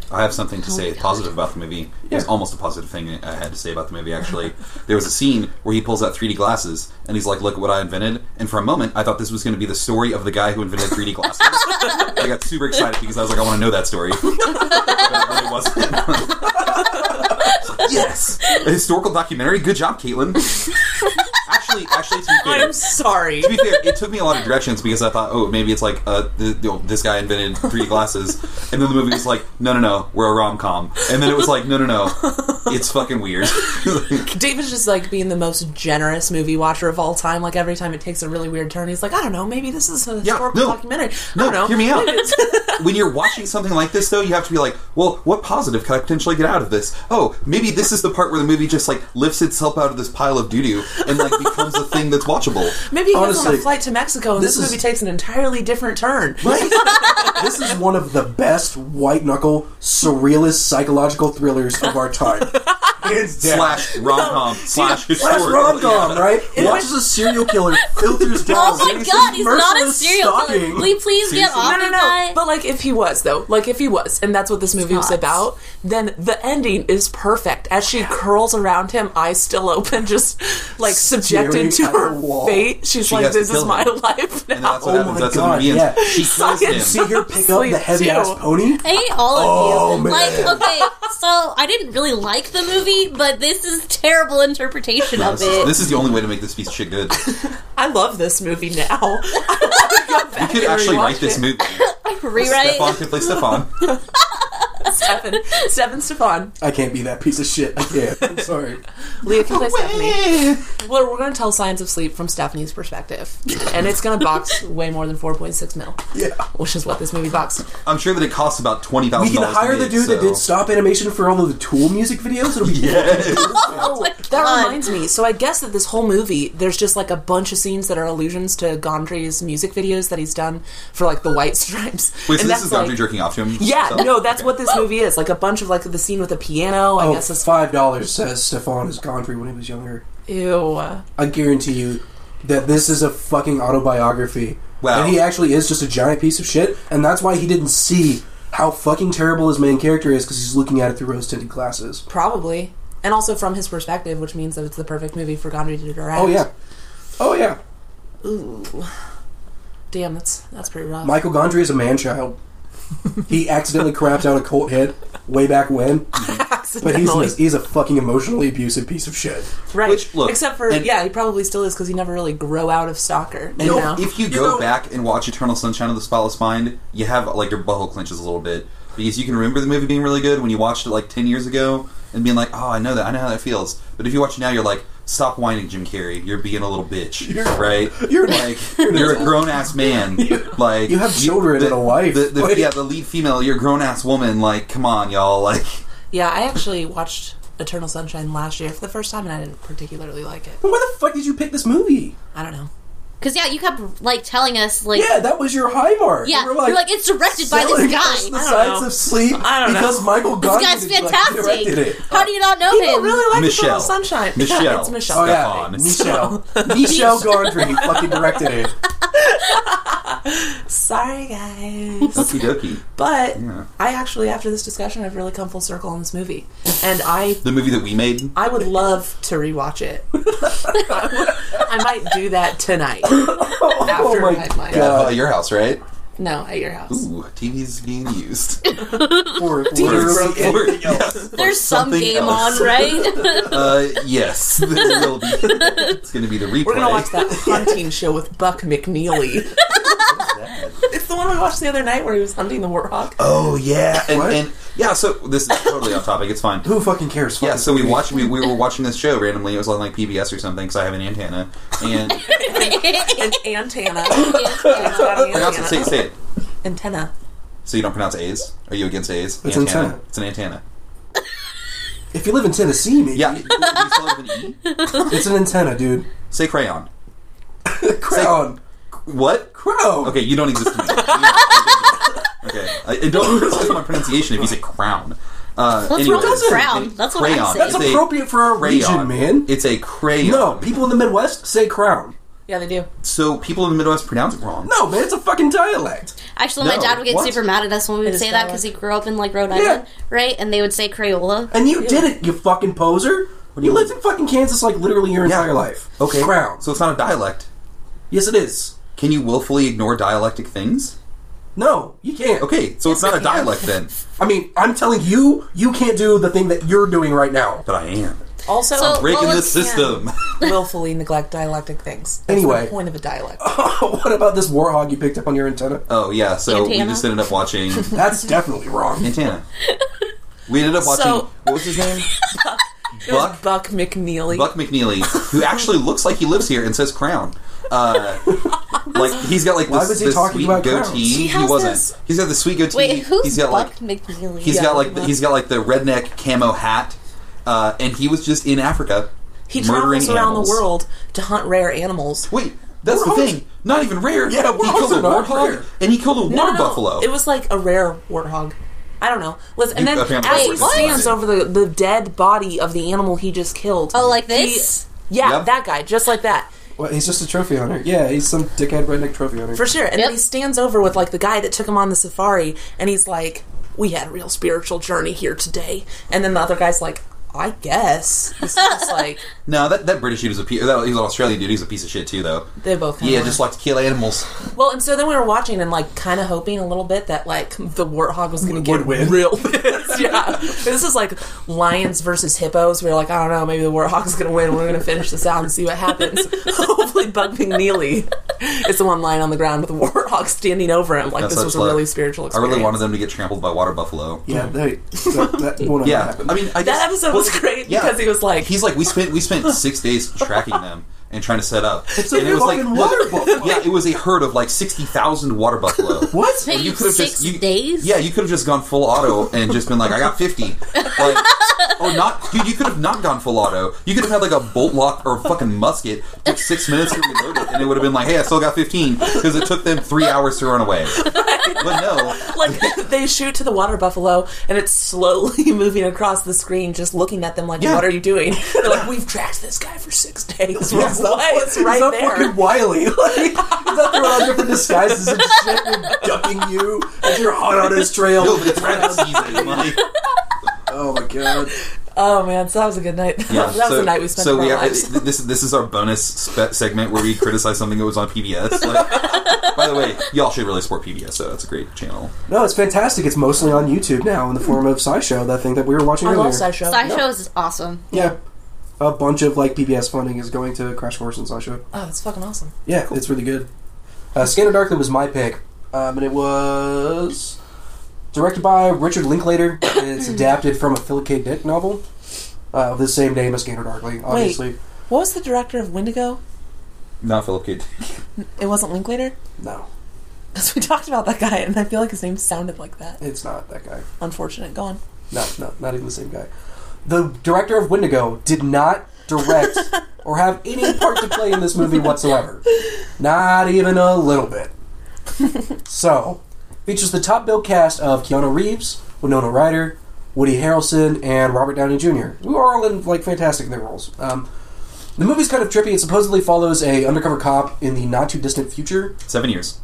[SPEAKER 2] I have something to say positive about the movie. It was
[SPEAKER 4] Yeah.
[SPEAKER 2] almost a positive thing I had to say about the movie, actually. there was a scene where he pulls out 3D glasses and he's like, Look what I invented. And for a moment, I thought this was going to be the story of the guy who invented 3D glasses. I got super excited because I was like, I want to know that story. but it really wasn't. yes! A historical documentary. Good job, Caitlin. actually, actually, to be fair,
[SPEAKER 1] I'm sorry.
[SPEAKER 2] to be fair, it took me a lot of directions because I thought, oh, maybe it's like uh, th you know, this guy invented 3D glasses, and then the movie was like, no, no, no, we're a rom com, and then it was like, no, no, no, it's fucking weird.
[SPEAKER 1] David's just like being the most generous movie watcher of all time. Like every time it takes a really weird turn, he's like, I don't know, maybe this is a historical
[SPEAKER 2] no.
[SPEAKER 1] documentary. I
[SPEAKER 2] no,
[SPEAKER 1] don't know.
[SPEAKER 2] hear me out. when you're watching something like this, though, you have to be like, well, what positive could I potentially get out of this? Oh, maybe this is the part where the movie just like lifts itself out of this pile of doo doo and like becomes a thing that's watchable.
[SPEAKER 1] Maybe he goes on a
[SPEAKER 4] Honestly,
[SPEAKER 1] flight to Mexico and this,
[SPEAKER 4] this is-
[SPEAKER 1] movie takes an entirely different turn.
[SPEAKER 4] this is one of the best white knuckle surrealist psychological thrillers of our time. Hands down.
[SPEAKER 2] Slash rom com slash
[SPEAKER 4] Slash
[SPEAKER 2] historical.
[SPEAKER 4] rom com,
[SPEAKER 2] Yeah.
[SPEAKER 4] right? Watches a serial killer filters down.
[SPEAKER 3] Oh my
[SPEAKER 4] racist,
[SPEAKER 3] god, he's not a
[SPEAKER 4] merciless
[SPEAKER 3] serial killer.
[SPEAKER 4] stalking.
[SPEAKER 3] Will you please get
[SPEAKER 2] Seriously?
[SPEAKER 3] off
[SPEAKER 1] No, no,
[SPEAKER 3] of
[SPEAKER 1] no.
[SPEAKER 3] that?
[SPEAKER 1] But like, if he was though, like if he was, and that's what this movie was
[SPEAKER 3] not.
[SPEAKER 1] about, then the ending is perfect. As she curls around him, eyes still open, just like subjected to
[SPEAKER 4] Staring at the
[SPEAKER 1] her
[SPEAKER 4] wall.
[SPEAKER 1] fate. She's
[SPEAKER 2] She
[SPEAKER 1] like,
[SPEAKER 2] has to
[SPEAKER 1] "This is
[SPEAKER 2] kill
[SPEAKER 1] my
[SPEAKER 2] him.
[SPEAKER 1] life
[SPEAKER 2] And then
[SPEAKER 1] now."
[SPEAKER 2] that's what
[SPEAKER 4] Oh
[SPEAKER 2] happens.
[SPEAKER 4] my
[SPEAKER 2] That's how
[SPEAKER 4] God,
[SPEAKER 2] the movie ends.
[SPEAKER 4] yeah.
[SPEAKER 2] She kills
[SPEAKER 1] Suck it,
[SPEAKER 2] him.
[SPEAKER 1] suck
[SPEAKER 4] See her pick up the heavy ass
[SPEAKER 1] Sleep too.
[SPEAKER 4] pony.
[SPEAKER 3] I hate all
[SPEAKER 4] Oh,
[SPEAKER 3] of you.
[SPEAKER 4] man.
[SPEAKER 3] Like, okay, so I didn't really like the movie, but this is terrible interpretation of
[SPEAKER 2] This is,
[SPEAKER 3] it.
[SPEAKER 2] this is the only way to make this piece of shit good.
[SPEAKER 1] I love this movie now. I want to go back
[SPEAKER 2] You could
[SPEAKER 1] and
[SPEAKER 2] actually
[SPEAKER 1] rewatch
[SPEAKER 2] write this
[SPEAKER 1] it.
[SPEAKER 2] movie.
[SPEAKER 3] Rewrite.
[SPEAKER 2] Stefan could play Stefan.
[SPEAKER 1] Stefan, Stefan Stefan,
[SPEAKER 4] I can't be that piece of shit. I can't. I'm sorry.
[SPEAKER 1] Leah can play Stephanie. Well, we're going to tell Signs of Sleep from Stephanie's perspective, and it's going to box way more than four point six mil,
[SPEAKER 4] Yeah.
[SPEAKER 1] which is what this movie boxed.
[SPEAKER 2] I'm sure that it costs about twenty
[SPEAKER 4] We
[SPEAKER 2] thousand
[SPEAKER 4] can
[SPEAKER 2] dollars.
[SPEAKER 4] hire the dude that did stop animation for all of the Tool music videos. It'll be
[SPEAKER 1] Oh, that reminds me. So I guess that this whole movie, there's just like a bunch of scenes that are allusions to Gondry's music videos that he's done for like the White Stripes.
[SPEAKER 2] Wait, so this
[SPEAKER 1] that's
[SPEAKER 2] is Gondry
[SPEAKER 1] like-
[SPEAKER 2] jerking off to him?
[SPEAKER 1] Yeah,
[SPEAKER 2] So-
[SPEAKER 1] no, that's what this movie is. Like a bunch of like the scene with the piano. I
[SPEAKER 4] Oh,
[SPEAKER 1] guess it's
[SPEAKER 4] five dollars says Stefan is Gondry when he was younger.
[SPEAKER 1] ew.
[SPEAKER 4] I guarantee you that this is a fucking autobiography.
[SPEAKER 2] Wow.
[SPEAKER 4] And he actually is just a giant piece of shit, and that's why he didn't see how fucking terrible his main character is because he's looking at it through rose tinted glasses.
[SPEAKER 1] Probably, and also from his perspective, which means that it's the perfect movie for Gondry to direct.
[SPEAKER 4] Oh yeah. Oh yeah.
[SPEAKER 1] damn, that's that's pretty rough.
[SPEAKER 4] Michael Gondry is a man child. he accidentally crapped out a cult hit way back when, but he's
[SPEAKER 1] Accidentally.
[SPEAKER 4] he's a fucking emotionally abusive piece of shit.
[SPEAKER 1] right.
[SPEAKER 2] Which, look,
[SPEAKER 1] Except for
[SPEAKER 2] and-
[SPEAKER 1] yeah, he probably still is because he never really grow out of stalker. You
[SPEAKER 2] No,
[SPEAKER 1] know?
[SPEAKER 2] if you go
[SPEAKER 4] know-
[SPEAKER 2] back and watch Eternal Sunshine of the Spotless Mind, you have like your butthole clenches a little bit because you can remember the movie being really good when you watched it like ten years ago and being like, "Oh, I know that. I know how that feels." But if you watch it now, you're like, stop whining, Jim Carrey. You're being a little bitch,
[SPEAKER 4] You're-
[SPEAKER 2] right?
[SPEAKER 4] you're-
[SPEAKER 2] like you're a grown ass man. like
[SPEAKER 4] you have children
[SPEAKER 2] the-
[SPEAKER 4] and a wife.
[SPEAKER 2] the- the-
[SPEAKER 4] Like-
[SPEAKER 2] yeah, the lead female. You're a grown ass woman. Like, come on, y'all. Like,
[SPEAKER 1] Yeah, I actually watched Eternal Sunshine last year for the first time, and I didn't particularly like it.
[SPEAKER 4] But why the fuck did you pick this movie?
[SPEAKER 1] I don't know.
[SPEAKER 3] Because yeah, you kept like telling us like
[SPEAKER 4] Yeah, that was your high mark.
[SPEAKER 3] Yeah,
[SPEAKER 4] You were,
[SPEAKER 3] you're like, it's directed by this
[SPEAKER 4] selling
[SPEAKER 3] guy.
[SPEAKER 4] us The
[SPEAKER 1] I don't
[SPEAKER 4] Science
[SPEAKER 1] know.
[SPEAKER 4] of sleep.
[SPEAKER 1] I don't know.
[SPEAKER 4] because Michael
[SPEAKER 3] this
[SPEAKER 4] Gandhi
[SPEAKER 3] guy's
[SPEAKER 4] did, like,
[SPEAKER 3] fantastic.
[SPEAKER 4] directed it.
[SPEAKER 3] How do you not know
[SPEAKER 1] People
[SPEAKER 3] him?
[SPEAKER 1] really like
[SPEAKER 2] Michelle.
[SPEAKER 1] Eternal Sunshine.
[SPEAKER 2] Michelle.
[SPEAKER 1] it's Michelle.
[SPEAKER 4] Oh yeah,
[SPEAKER 2] Stefan.
[SPEAKER 4] Michelle, Michelle Gondry fucking directed it.
[SPEAKER 1] Sorry, guys.
[SPEAKER 2] okie dokie.
[SPEAKER 1] but
[SPEAKER 2] Yeah.
[SPEAKER 1] I actually, after this discussion, I've really come full circle on this movie, and I
[SPEAKER 2] The movie that we made.
[SPEAKER 1] I would love to rewatch it. I might do that tonight.
[SPEAKER 4] oh
[SPEAKER 1] After
[SPEAKER 4] my
[SPEAKER 1] High Mind.
[SPEAKER 2] Yeah,
[SPEAKER 4] god!
[SPEAKER 2] uh, at your house, right?
[SPEAKER 1] No, at your house.
[SPEAKER 2] Ooh, TV's being used.
[SPEAKER 4] For
[SPEAKER 2] For-
[SPEAKER 4] literally
[SPEAKER 2] for-
[SPEAKER 4] anything else.
[SPEAKER 2] yes, for
[SPEAKER 3] There's some
[SPEAKER 2] something
[SPEAKER 3] game
[SPEAKER 2] else.
[SPEAKER 3] on, right?
[SPEAKER 2] Uh, yes, there will be. It's going to be the replay.
[SPEAKER 1] We're gonna watch that hunting show with Buck McNeely. it's the one we watched the other night where he was hunting the warthog.
[SPEAKER 2] Oh yeah, and,
[SPEAKER 4] What?
[SPEAKER 2] and yeah. So this is totally off topic. It's fine.
[SPEAKER 4] Who fucking cares?
[SPEAKER 2] Yeah,
[SPEAKER 4] Fucking
[SPEAKER 2] so we
[SPEAKER 4] movie.
[SPEAKER 2] watched. We, we were watching this show randomly. It was on like PBS or something because I have an antenna. And
[SPEAKER 1] An antenna. It's got an
[SPEAKER 2] pronounce it. Say,
[SPEAKER 1] antenna.
[SPEAKER 2] say it.
[SPEAKER 1] Antenna.
[SPEAKER 2] So you don't pronounce A's? Are you against A's?
[SPEAKER 4] It's antenna.
[SPEAKER 2] It's an antenna.
[SPEAKER 4] If you live in Tennessee, maybe
[SPEAKER 2] Yeah. you- you still have an E?
[SPEAKER 4] it's an antenna, dude.
[SPEAKER 2] Say crayon.
[SPEAKER 4] Crown,
[SPEAKER 2] What?
[SPEAKER 4] crown.
[SPEAKER 2] Okay, you don't exist to me. You don't- you don't- Okay, I, I don't resist my pronunciation if you say crown. Uh,
[SPEAKER 3] What's
[SPEAKER 2] anyway,
[SPEAKER 3] wrong with
[SPEAKER 2] it's a-
[SPEAKER 3] crown? That's what I
[SPEAKER 2] crayon.
[SPEAKER 3] say.
[SPEAKER 4] That's
[SPEAKER 2] It's a
[SPEAKER 4] appropriate for our region,
[SPEAKER 2] Crayon,
[SPEAKER 4] man.
[SPEAKER 2] It's a crayon.
[SPEAKER 4] No, people in the Midwest say crown.
[SPEAKER 1] Yeah, they do.
[SPEAKER 2] So people in the Midwest pronounce it wrong.
[SPEAKER 4] No, man, it's a fucking dialect.
[SPEAKER 3] Actually,
[SPEAKER 2] No,
[SPEAKER 3] my dad would get
[SPEAKER 2] what?
[SPEAKER 3] super mad at us when we
[SPEAKER 1] It
[SPEAKER 3] would
[SPEAKER 1] is
[SPEAKER 3] say that
[SPEAKER 1] valid.
[SPEAKER 3] because he grew up in like Rhode
[SPEAKER 4] Yeah.
[SPEAKER 3] Island, right? And they would say Crayola.
[SPEAKER 4] And you did it, you fucking poser. You lived in fucking Kansas like literally your entire life.
[SPEAKER 2] Okay.
[SPEAKER 4] Crown.
[SPEAKER 2] So it's not a dialect.
[SPEAKER 4] yes, it is.
[SPEAKER 2] Can you willfully ignore dialectic things?
[SPEAKER 4] No, you can't.
[SPEAKER 2] Okay, so it's not a dialect then.
[SPEAKER 4] I mean, I'm telling you, you can't do the thing that you're doing right now.
[SPEAKER 2] But I am.
[SPEAKER 1] Also,
[SPEAKER 3] So-
[SPEAKER 2] Breaking
[SPEAKER 3] Well,
[SPEAKER 2] the
[SPEAKER 3] it's- yeah.
[SPEAKER 2] system.
[SPEAKER 1] willfully neglect dialectic things. That's
[SPEAKER 4] Anyway.
[SPEAKER 1] the point of a dialect.
[SPEAKER 4] what about this warhog you picked up on your antenna?
[SPEAKER 2] Oh, yeah, so we
[SPEAKER 3] Antenna.
[SPEAKER 2] just ended up watching
[SPEAKER 4] That's definitely wrong.
[SPEAKER 2] Antenna. We ended up watching.
[SPEAKER 1] So-
[SPEAKER 2] what was his name? Buck.
[SPEAKER 1] Buck McNeely.
[SPEAKER 2] Buck McNeely, who actually looks like he lives here and says crown. Uh, like he's got like
[SPEAKER 4] Why
[SPEAKER 2] this,
[SPEAKER 4] was he
[SPEAKER 2] this
[SPEAKER 4] talking
[SPEAKER 2] sweet
[SPEAKER 4] about crowns?
[SPEAKER 2] goatee.
[SPEAKER 3] He has
[SPEAKER 2] wasn't.
[SPEAKER 3] this-
[SPEAKER 2] He's got the sweet goatee.
[SPEAKER 3] Wait, who's
[SPEAKER 2] he's got
[SPEAKER 3] Buck
[SPEAKER 2] like
[SPEAKER 3] McNeely?
[SPEAKER 2] he's
[SPEAKER 1] Yeah,
[SPEAKER 2] got like the,
[SPEAKER 1] Buck.
[SPEAKER 2] he's got like the redneck camo hat, uh, and he was just in Africa.
[SPEAKER 1] he
[SPEAKER 2] murdering
[SPEAKER 1] travels around
[SPEAKER 2] animals.
[SPEAKER 1] the world to hunt rare animals.
[SPEAKER 2] Wait, that's
[SPEAKER 4] Warhogs-
[SPEAKER 2] the thing. Not even rare.
[SPEAKER 4] Yeah,
[SPEAKER 2] he killed
[SPEAKER 4] warhogs
[SPEAKER 2] a
[SPEAKER 4] are not
[SPEAKER 2] warthog
[SPEAKER 4] rare.
[SPEAKER 2] and he killed a
[SPEAKER 1] No,
[SPEAKER 2] water
[SPEAKER 1] no, no.
[SPEAKER 2] buffalo.
[SPEAKER 1] It was like a rare warthog. I don't know. Listen, and
[SPEAKER 2] You-
[SPEAKER 1] then
[SPEAKER 2] okay, I'm
[SPEAKER 1] as
[SPEAKER 2] sorry.
[SPEAKER 1] he
[SPEAKER 2] What?
[SPEAKER 1] stands over the, the dead body of the animal he just killed.
[SPEAKER 3] oh, like this?
[SPEAKER 1] Yeah,
[SPEAKER 2] Yep.
[SPEAKER 1] that guy, just like that.
[SPEAKER 4] Well, he's just a trophy hunter. Yeah, he's some dickhead redneck trophy hunter.
[SPEAKER 1] For sure. And
[SPEAKER 3] Yep.
[SPEAKER 1] then he stands over with like the guy that took him on the safari and he's like, We had a real spiritual journey here today. And then the other guy's like, I guess. It's just like
[SPEAKER 2] no, that, that British dude is a piece. That, he's an Australian dude. He's a piece of shit too, though.
[SPEAKER 1] they both kinda
[SPEAKER 2] Yeah,
[SPEAKER 1] were.
[SPEAKER 2] just like to kill animals.
[SPEAKER 1] Well, and so then we were watching and like kind of hoping a little bit that like the warthog was going to
[SPEAKER 4] Would
[SPEAKER 1] get
[SPEAKER 4] win.
[SPEAKER 1] real pissed. yeah, this is like lions versus hippos. We were like, I don't know, maybe the warthog's going to win. We're going to finish this out and see what happens. Hopefully, Bug McNeely is the one lying on the ground with the warthog standing over him. Like
[SPEAKER 2] That's
[SPEAKER 1] this
[SPEAKER 2] such
[SPEAKER 1] was a
[SPEAKER 2] luck.
[SPEAKER 1] really spiritual
[SPEAKER 2] I
[SPEAKER 1] experience.
[SPEAKER 2] really wanted them to get trampled by water buffalo.
[SPEAKER 4] yeah, they, that, that won't
[SPEAKER 2] Yeah,
[SPEAKER 4] happen.
[SPEAKER 2] I mean, I guess,
[SPEAKER 1] That episode was great
[SPEAKER 2] yeah.
[SPEAKER 1] because he was like,
[SPEAKER 2] He's like, we spent we spent six days tracking them and trying to set up.
[SPEAKER 4] It's a
[SPEAKER 2] and it was like,
[SPEAKER 4] fucking
[SPEAKER 2] look-
[SPEAKER 4] water buffalo.
[SPEAKER 2] Yeah, it was a herd of like sixty thousand water buffalo.
[SPEAKER 4] what?
[SPEAKER 3] Hey,
[SPEAKER 2] You could have
[SPEAKER 3] six
[SPEAKER 2] just you,
[SPEAKER 3] days?
[SPEAKER 2] Yeah, you could have just gone full auto and just been like, I got fifty. Like, oh, not dude. You could have not gone full auto. You could have had like a bolt lock or a fucking musket. Took six minutes to reload it, and it would have been like, hey, I still got fifteen because it took them three hours to run away. But no,
[SPEAKER 1] like they shoot to the water buffalo and it's slowly moving across the screen just looking at them like
[SPEAKER 2] Yeah.
[SPEAKER 1] what are you doing they're like we've tracked this guy for six days
[SPEAKER 4] Yeah,
[SPEAKER 1] It's like, it's right
[SPEAKER 4] not
[SPEAKER 1] there
[SPEAKER 4] fucking Wiley. Like, he's out there all different disguises and shit and ducking you as you're hot on his trail.
[SPEAKER 2] no, but it's rabbit season. Like,
[SPEAKER 4] Oh my god.
[SPEAKER 1] oh man so that was a good night
[SPEAKER 2] Yeah,
[SPEAKER 1] that was
[SPEAKER 2] so-
[SPEAKER 1] the night we spent
[SPEAKER 2] So
[SPEAKER 1] of our
[SPEAKER 2] we have,
[SPEAKER 1] lives.
[SPEAKER 2] this this is our bonus spe- segment where we criticize something that was on PBS. Like, by the way, y'all should really support PBS. So that's a great channel.
[SPEAKER 4] No, it's fantastic. It's mostly on YouTube now in the form of SciShow, that thing that we were watching
[SPEAKER 1] I
[SPEAKER 4] earlier.
[SPEAKER 1] love SciShow
[SPEAKER 3] SciShow is awesome.
[SPEAKER 4] Yeah. A bunch of like PBS funding is going to Crash Course and SciShow.
[SPEAKER 1] oh that's fucking awesome
[SPEAKER 4] Yeah, it's really good. Uh, Scanner Darkly was my pick, um, and it was directed by Richard Linklater. and it's adapted from a Philip K. Dick novel uh, of the same name as Scanner Darkly, obviously.
[SPEAKER 1] What was the director of Wendigo?
[SPEAKER 2] Not Philip K. Dick.
[SPEAKER 1] It wasn't Linklater?
[SPEAKER 4] No,
[SPEAKER 1] Because we talked about that guy, and I feel like his name sounded like that.
[SPEAKER 4] it's not that guy.
[SPEAKER 1] Unfortunate. Go on.
[SPEAKER 4] No, no, not even the same guy. The director of Wendigo did not direct or have any part to play in this movie whatsoever. Not even a little bit. So, features the top bill cast of Keanu Reeves, Winona Ryder, Woody Harrelson, and Robert Downey Jr., who are all in like fantastic in their roles. Um, the movie's kind of trippy. It supposedly follows a undercover cop in the not too distant future.
[SPEAKER 2] Seven years.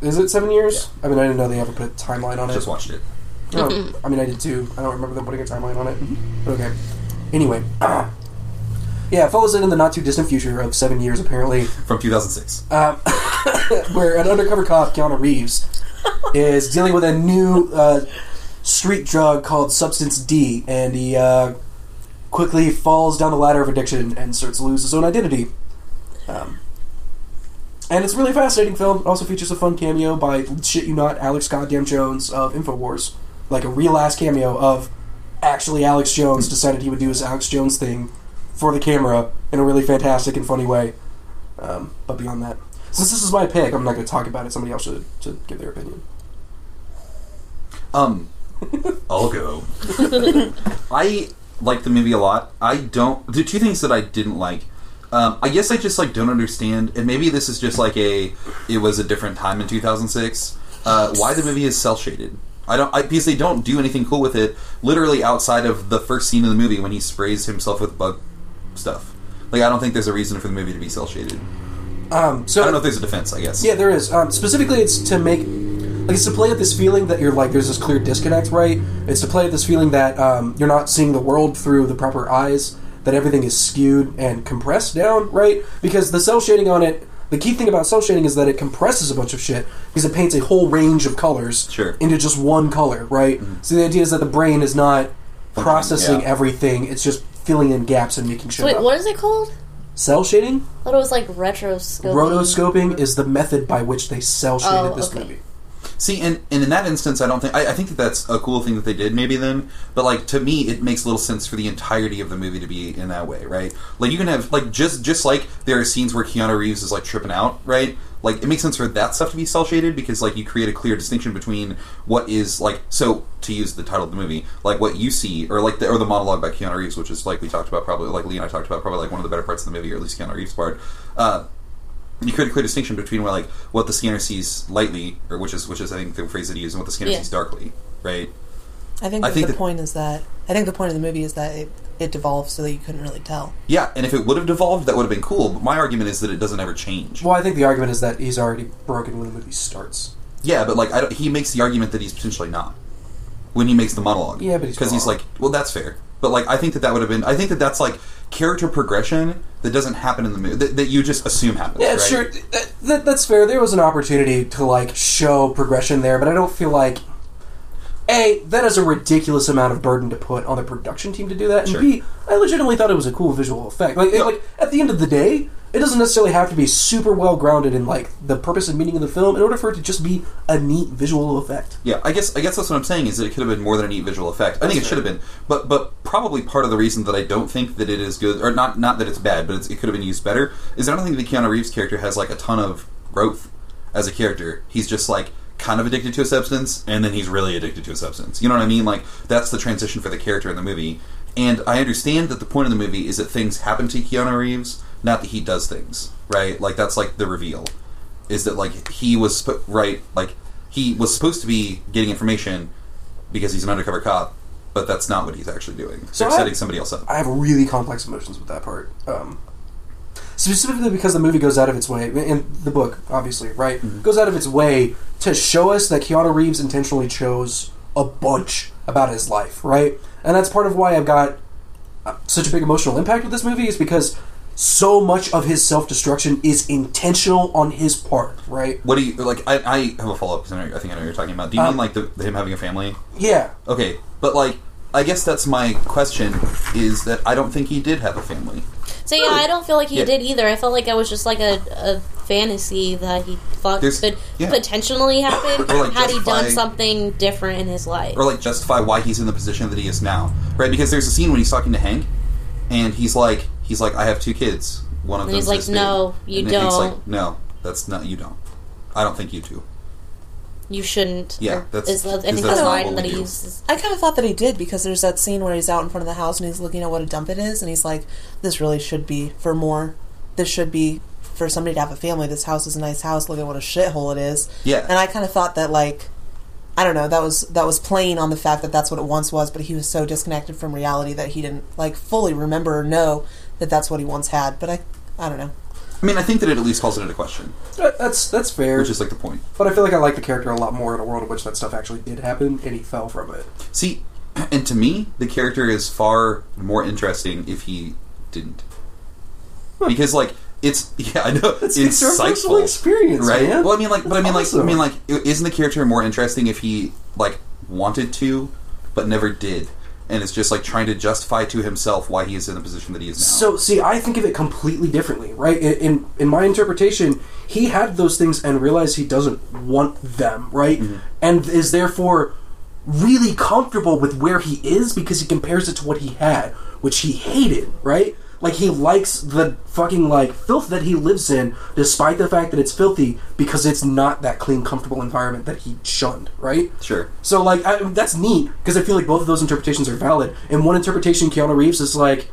[SPEAKER 4] Is it seven years? I mean, I didn't know they ever put a timeline on it.
[SPEAKER 2] Just watched it.
[SPEAKER 4] No, I mean, I did too. I don't remember them putting a timeline on it. But okay. Anyway. yeah, it follows in in the not too distant future of seven years, apparently,
[SPEAKER 2] From 2006.
[SPEAKER 4] where an undercover cop, Keanu Reeves, is dealing with a new uh, street drug called Substance D, and he uh, quickly falls down the ladder of addiction and starts to lose his own identity. Um, and it's a really fascinating film. It also features a fun cameo by shit you not Alex Goddamn Jones of Infowars, like a real ass cameo of actually Alex Jones decided he would do his Alex Jones thing for the camera in a really fantastic and funny way. Um, but beyond that, since this is my pick, I'm not going to talk about it. Somebody else should, should give their opinion.
[SPEAKER 2] Um, I'll go. I like the movie a lot. I don't. The two things that I didn't like. Um, I guess I just like don't understand, and maybe this is just like a. It was a different time in 2006. Uh, why the movie is cell shaded? I don't I, because they don't do anything cool with it. Literally outside of the first scene of the movie when he sprays himself with bug stuff. Like I don't think there's a reason for the movie to be cell shaded.
[SPEAKER 4] Um, so
[SPEAKER 2] I don't know if there's a defense. I guess.
[SPEAKER 4] Yeah, there is. Um, specifically, it's to make like it's to play at this feeling that you're like there's this clear disconnect, right? It's to play at this feeling that um, you're not seeing the world through the proper eyes, that everything is skewed and compressed down, right? Because the cell shading on it, the key thing about cell shading is that it compresses a bunch of shit because it paints a whole range of colors
[SPEAKER 2] Sure. Mm-hmm.
[SPEAKER 4] into just one color, right? So the idea is that the brain is not processing
[SPEAKER 2] yeah.
[SPEAKER 4] everything; it's just filling in gaps and making shit
[SPEAKER 3] Wait,
[SPEAKER 4] up.
[SPEAKER 3] what is it called?
[SPEAKER 4] Cell shading,
[SPEAKER 3] I thought it was like retroscoping.
[SPEAKER 4] rotoscoping, is the method by which they cell shaded
[SPEAKER 3] Oh,
[SPEAKER 4] this
[SPEAKER 3] okay.
[SPEAKER 4] movie.
[SPEAKER 2] See, and, and in that instance, I don't think I, I think that that's a cool thing that they did. Maybe then, but like to me, it makes little sense for the entirety of the movie to be in that way, right? Like you can have like just just like there are scenes where Keanu Reeves is like tripping out, right? Like it makes sense for that stuff to be cel shaded because like you create a clear distinction between what is like so to use the title of the movie, like what you see or like the, or the monologue by Keanu Reeves, which is like we talked about probably like Lee and I talked about probably like one of the better parts of the movie, or at least Keanu Reeves' part. Uh, you create a clear distinction between what, like what the scanner sees lightly, or which is which is I think the phrase that he used, and what the scanner
[SPEAKER 3] Yeah.
[SPEAKER 2] sees darkly, right?
[SPEAKER 1] I think,
[SPEAKER 2] I
[SPEAKER 1] that
[SPEAKER 2] think
[SPEAKER 1] the
[SPEAKER 2] that-
[SPEAKER 1] point is that I think the point of the movie is that it, it devolves so that you couldn't really tell.
[SPEAKER 2] Yeah, and if it would have devolved, that would have been cool. But my argument is that it doesn't ever change.
[SPEAKER 4] Well, I think the argument is that he's already broken when the movie starts.
[SPEAKER 2] Yeah, but like I don't, he makes the argument that he's potentially not when he makes the monologue.
[SPEAKER 4] Yeah, but he's
[SPEAKER 2] because he's
[SPEAKER 4] wrong.
[SPEAKER 2] like, well, that's fair. But like, I think that that would have been. I think that that's like character progression that doesn't happen in the movie that, that you just assume happens.
[SPEAKER 4] Yeah,
[SPEAKER 2] right?
[SPEAKER 4] sure. That, that- that's fair. There was an opportunity to like show progression there, but I don't feel like a that is a ridiculous amount of burden to put on the production team to do that, and
[SPEAKER 2] Sure.
[SPEAKER 4] b I legitimately thought it was a cool visual effect. Like, it-
[SPEAKER 2] No.
[SPEAKER 4] like at the end of the day, it doesn't necessarily have to be super well grounded in like the purpose and meaning of the film in order for it to just be a neat visual effect.
[SPEAKER 2] Yeah, I guess I guess that's what I'm saying is that it could have been more than a neat visual effect. I think it should have been, but but probably part of the reason that I don't think that it is good, or not not that it's bad, but it's, it could have been used better, is I don't think the Keanu Reeves character has like a ton of growth as a character. He's just like kind of addicted to a substance, and then he's really addicted to a substance. You know what I mean? Like that's the transition for the character in the movie. And I understand that the point of the movie is that things happen to Keanu Reeves, not that he does things, right? Like that's like the reveal is that like he was sp- right like he was supposed to be getting information because he's an undercover cop but that's not what he's actually doing
[SPEAKER 4] So
[SPEAKER 2] they're
[SPEAKER 4] I-
[SPEAKER 2] setting somebody else up
[SPEAKER 4] I have really complex emotions with that part. Um, specifically because the movie goes out of its way, and the book, obviously, right,
[SPEAKER 2] Mm-hmm.
[SPEAKER 4] goes out of its way to show us that Keanu Reeves intentionally chose a bunch about his life, right? And that's part of why I've got uh, such a big emotional impact with this movie is because so much of his self destruction is intentional on his part, right?
[SPEAKER 2] what do you like i, I have a follow-up because I, know- I think i know what you're talking about do you
[SPEAKER 4] Um,
[SPEAKER 2] mean like the, him having a family
[SPEAKER 4] Yeah,
[SPEAKER 2] okay but like i guess that's my question is that i don't think he did have a family
[SPEAKER 3] So yeah, I don't feel like he
[SPEAKER 2] Yeah.
[SPEAKER 3] did either. I felt like I was just like a, a fantasy that he thought
[SPEAKER 2] There's-
[SPEAKER 3] could
[SPEAKER 2] yeah.
[SPEAKER 3] potentially happen
[SPEAKER 2] Or, like,
[SPEAKER 3] had he
[SPEAKER 2] justify-
[SPEAKER 3] done something different in his life.
[SPEAKER 2] or like justify why he's in the position that he is now, right? Because there's a scene when he's talking to Hank, and he's like, he's like, I have two kids. One of
[SPEAKER 3] And
[SPEAKER 2] them.
[SPEAKER 3] he's like, "No, you
[SPEAKER 2] and Hank's
[SPEAKER 3] don't."
[SPEAKER 2] like, no, that's not. You don't. I don't think you do.
[SPEAKER 3] You shouldn't.
[SPEAKER 2] Yeah,
[SPEAKER 3] or-
[SPEAKER 2] that's-
[SPEAKER 3] is the, I
[SPEAKER 2] is
[SPEAKER 3] think
[SPEAKER 2] that
[SPEAKER 3] the
[SPEAKER 1] not
[SPEAKER 3] line
[SPEAKER 2] what
[SPEAKER 3] that
[SPEAKER 2] we
[SPEAKER 3] he
[SPEAKER 2] do?
[SPEAKER 3] uses.
[SPEAKER 1] I kind of thought that he did because there's that scene where he's out in front of the house and he's looking at what a dump it is, and he's like, "This really should be for more. This should be for somebody to have a family. This house is a nice house. Look at what a shithole it is."
[SPEAKER 2] Yeah.
[SPEAKER 1] And I kind of thought that like, I don't know, that was that was playing on the fact that that's what it once was, but he was so disconnected from reality that he didn't like fully remember or know that that's what he once had. But I, I don't know.
[SPEAKER 2] I mean, I think that it at least calls it into question,
[SPEAKER 4] That- That's that's fair.
[SPEAKER 2] which is like the point.
[SPEAKER 4] but I feel like I like the character a lot more in a world in which that stuff actually did happen and he fell from it.
[SPEAKER 2] See, and to me, the character is far more interesting if he didn't, because like it's yeah, I know it's
[SPEAKER 4] It's our personal
[SPEAKER 2] insightful.
[SPEAKER 4] experience,
[SPEAKER 2] right?
[SPEAKER 4] man.
[SPEAKER 2] Well, I mean, like, but I mean, like,
[SPEAKER 4] Awesome.
[SPEAKER 2] I mean, like, i- isn't the character more interesting if he like wanted to, but never did, and is just like trying to justify to himself why he is in the position that he is now?
[SPEAKER 4] So, see, I think of it completely differently, right? In, in in my interpretation, he had those things and realized he doesn't want them, right?
[SPEAKER 2] Mm-hmm.
[SPEAKER 4] And is therefore really comfortable with where he is because he compares it to what he had, which he hated, right? Like he likes the fucking like filth that he lives in, despite the fact that it's filthy because it's not that clean, comfortable environment that he shunned, right?
[SPEAKER 2] sure,
[SPEAKER 4] So like I, that's neat because I feel like both of those interpretations are valid. In one interpretation, Keanu Reeves is like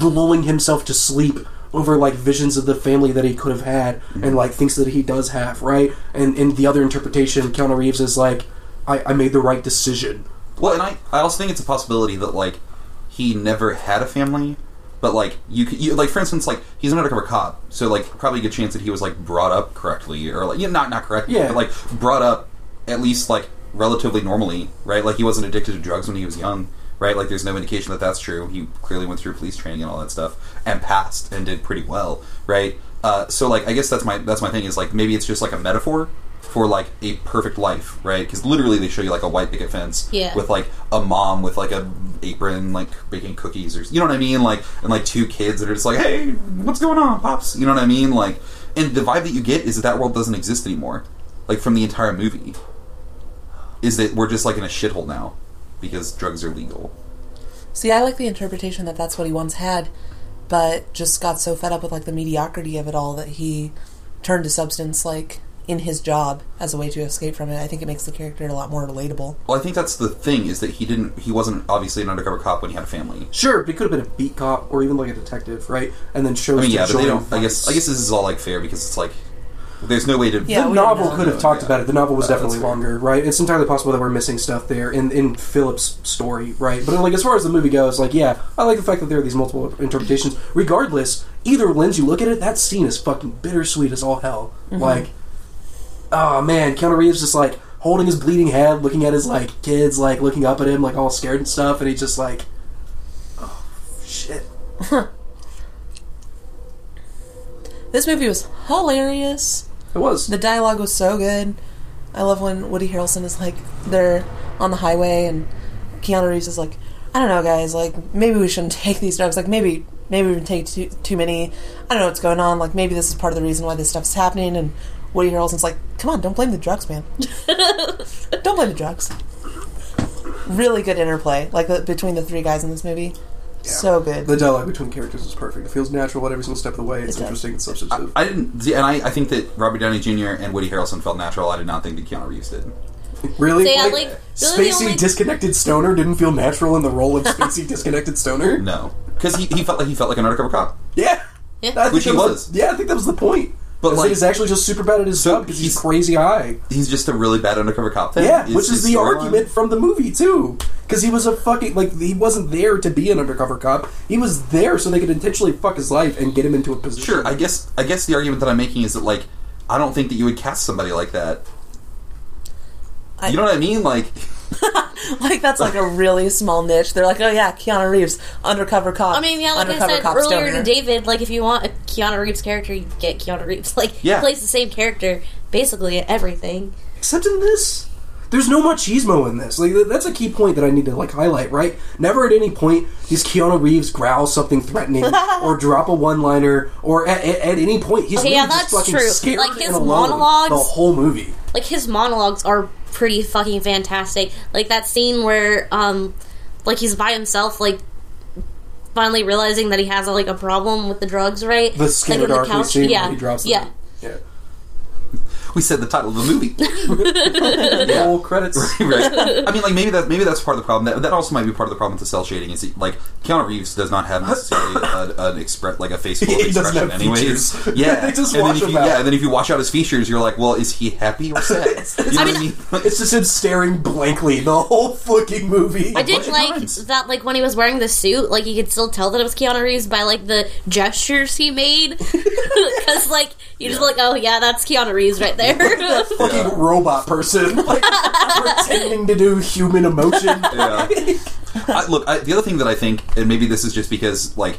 [SPEAKER 4] lulling himself to sleep over like visions of the family that he could have had, and like thinks that he does have right. And in the other interpretation, Keanu Reeves is like, I, I made the right decision.
[SPEAKER 2] Well, and I, I also think it's a possibility that like he never had a family, but like you, c- you like for instance, like he's an undercover cop, so like probably a good chance that he was like brought up correctly or like yeah, not not correctly,
[SPEAKER 4] Yeah.
[SPEAKER 2] but like brought up at least like relatively normally, right? Like he wasn't addicted to drugs when he was young, right? Like there's no indication that that's true. He clearly went through police training and all that stuff and passed and did pretty well, right? Uh, so like I guess that's my that's my thing is like maybe it's just like a metaphor for like a perfect life, right? Because literally they show you like a white picket fence
[SPEAKER 3] Yeah.
[SPEAKER 2] with like a mom with like a apron like baking cookies or you know what I mean like and like two kids that are just like hey what's going on pops you know what I mean like and the vibe that you get is that that world doesn't exist anymore like from the entire movie is that we're just like in a shithole now because drugs are legal
[SPEAKER 1] See, I like the interpretation that that's what he once had, but just got so fed up with like the mediocrity of it all that he turned to substance like in his job as a way to escape from it. I think it makes the character a lot more relatable.
[SPEAKER 2] well I think that's the thing is that he didn't he wasn't obviously an undercover cop when he had a family
[SPEAKER 4] Sure, but he could have been a beat cop or even like a detective, right? And then shows.
[SPEAKER 2] I mean yeah
[SPEAKER 4] to
[SPEAKER 2] but they
[SPEAKER 4] join
[SPEAKER 2] don't I guess I guess
[SPEAKER 4] fights.
[SPEAKER 2] this is all like fair because it's like there's no way to
[SPEAKER 1] Yeah,
[SPEAKER 4] the
[SPEAKER 1] we don't
[SPEAKER 4] novel
[SPEAKER 1] know.
[SPEAKER 4] could have talked
[SPEAKER 2] Yeah.
[SPEAKER 4] about it. The novel was
[SPEAKER 2] Uh, that's
[SPEAKER 4] definitely
[SPEAKER 2] fair.
[SPEAKER 4] longer, right? It's entirely possible that we're missing stuff there in in Philip's story, right? But like as far as the movie goes, like yeah, I like the fact that there are these multiple interpretations. Regardless, either lens you look at it, that scene is fucking bittersweet as all hell.
[SPEAKER 1] Mm-hmm.
[SPEAKER 4] Like, oh man, Keanu Reeves just like holding his bleeding head, looking at his like kids, like looking up at him, like all scared and stuff, and he's just like, oh shit.
[SPEAKER 1] This movie was hilarious.
[SPEAKER 4] It was.
[SPEAKER 1] The dialogue was so good. I love when Woody Harrelson is like, they're on the highway and Keanu Reeves is like, I don't know, guys. Like, maybe we shouldn't take these drugs. Like, maybe, maybe we take too, too many. I don't know what's going on. Like, maybe this is part of the reason why this stuff's happening. And Woody Harrelson's like, come on, don't blame the drugs, man. don't blame the drugs. Really good interplay, like the, between the three guys in this movie. So good.
[SPEAKER 4] The dialogue between characters is perfect. It feels natural at every single step of the way. It's
[SPEAKER 1] does.
[SPEAKER 4] interesting and substantive.
[SPEAKER 2] I didn't see- and I, I think that Robert Downey Jr. and Woody Harrelson felt natural I did not think that Keanu Reeves did
[SPEAKER 4] Really?
[SPEAKER 3] So, yeah,
[SPEAKER 4] Like,
[SPEAKER 3] like, really the
[SPEAKER 4] spacey
[SPEAKER 3] only-
[SPEAKER 4] disconnected stoner didn't feel natural in the role of spacey disconnected stoner?
[SPEAKER 2] no because he, he felt like he felt like an undercover cop
[SPEAKER 4] Yeah.
[SPEAKER 3] Yeah.
[SPEAKER 4] I think
[SPEAKER 2] Which
[SPEAKER 4] that
[SPEAKER 2] he was.
[SPEAKER 4] Yeah, I think that was the point.
[SPEAKER 2] But,
[SPEAKER 4] But
[SPEAKER 2] like-
[SPEAKER 4] he's actually just super bad at his
[SPEAKER 2] So
[SPEAKER 4] job because he's,
[SPEAKER 2] he's-
[SPEAKER 4] crazy high.
[SPEAKER 2] he's just a really bad undercover cop thing
[SPEAKER 4] Yeah, which is
[SPEAKER 2] his
[SPEAKER 4] the
[SPEAKER 2] storyline.
[SPEAKER 4] argument from the movie too. Because he was a fucking like he wasn't there to be an undercover cop. He was there so they could intentionally fuck his life and get him into a position.
[SPEAKER 2] Sure, I guess I guess the argument that I'm making is that like I don't think that you would cast somebody like that.
[SPEAKER 1] I-
[SPEAKER 2] you know what I mean? Like,
[SPEAKER 1] Like that's like a really small niche. They're like, oh yeah, Keanu Reeves, undercover cop.
[SPEAKER 3] I mean, yeah, like I
[SPEAKER 1] undercover
[SPEAKER 3] said
[SPEAKER 1] cop
[SPEAKER 3] earlier
[SPEAKER 1] stoner.
[SPEAKER 3] to David, like if you want a Keanu Reeves character, you get Keanu Reeves. Like
[SPEAKER 2] Yeah.
[SPEAKER 3] he plays the same character basically at everything.
[SPEAKER 4] except in this there's no machismo in this like th- that's a key point that i need to like highlight right never at any point does keanu reeves growl something threatening or drop a one-liner or at, at, at any point he's
[SPEAKER 3] Okay,
[SPEAKER 4] really
[SPEAKER 3] yeah,
[SPEAKER 4] just
[SPEAKER 3] that's
[SPEAKER 4] fucking
[SPEAKER 3] true.
[SPEAKER 4] scared
[SPEAKER 3] Like, his
[SPEAKER 4] and alone
[SPEAKER 3] monologues-
[SPEAKER 4] the whole movie
[SPEAKER 3] Like his monologues are pretty fucking fantastic. Like that scene where um like he's by himself like finally realizing that he has like a problem with the drugs, right?
[SPEAKER 4] The skin
[SPEAKER 3] like
[SPEAKER 4] of dark we see when he drops the-
[SPEAKER 3] yeah.
[SPEAKER 4] Yeah.
[SPEAKER 2] We said the title of the movie.
[SPEAKER 4] Full credits.
[SPEAKER 2] Right. I mean, like maybe that maybe that's part of the problem. That, that also might be part of the problem with the cell shading. Is like Keanu Reeves does not have necessarily a, an express like a face full of
[SPEAKER 4] He doesn't
[SPEAKER 2] expression,
[SPEAKER 4] have
[SPEAKER 2] anyways.
[SPEAKER 4] features.
[SPEAKER 2] Yeah,
[SPEAKER 4] They just
[SPEAKER 2] and
[SPEAKER 4] wash
[SPEAKER 2] then if
[SPEAKER 4] him
[SPEAKER 2] you,
[SPEAKER 4] out.
[SPEAKER 2] yeah, and then if you watch out his features, you're like, well, is he happy or sad? You know
[SPEAKER 3] I
[SPEAKER 2] what
[SPEAKER 3] mean,
[SPEAKER 4] It's just him staring blankly the whole fucking movie.
[SPEAKER 3] I did
[SPEAKER 2] bunch of
[SPEAKER 3] like
[SPEAKER 2] times.
[SPEAKER 3] that, like when he was wearing the suit, like you could still tell that it was Keanu Reeves by like the gestures he made, because like you just
[SPEAKER 2] Yeah.
[SPEAKER 3] like, oh yeah, that's Keanu Reeves right there.
[SPEAKER 4] fucking
[SPEAKER 2] Yeah.
[SPEAKER 4] robot person, like pretending to do human emotion.
[SPEAKER 2] Yeah. I, look, I, the other thing that I think, and maybe this is just because like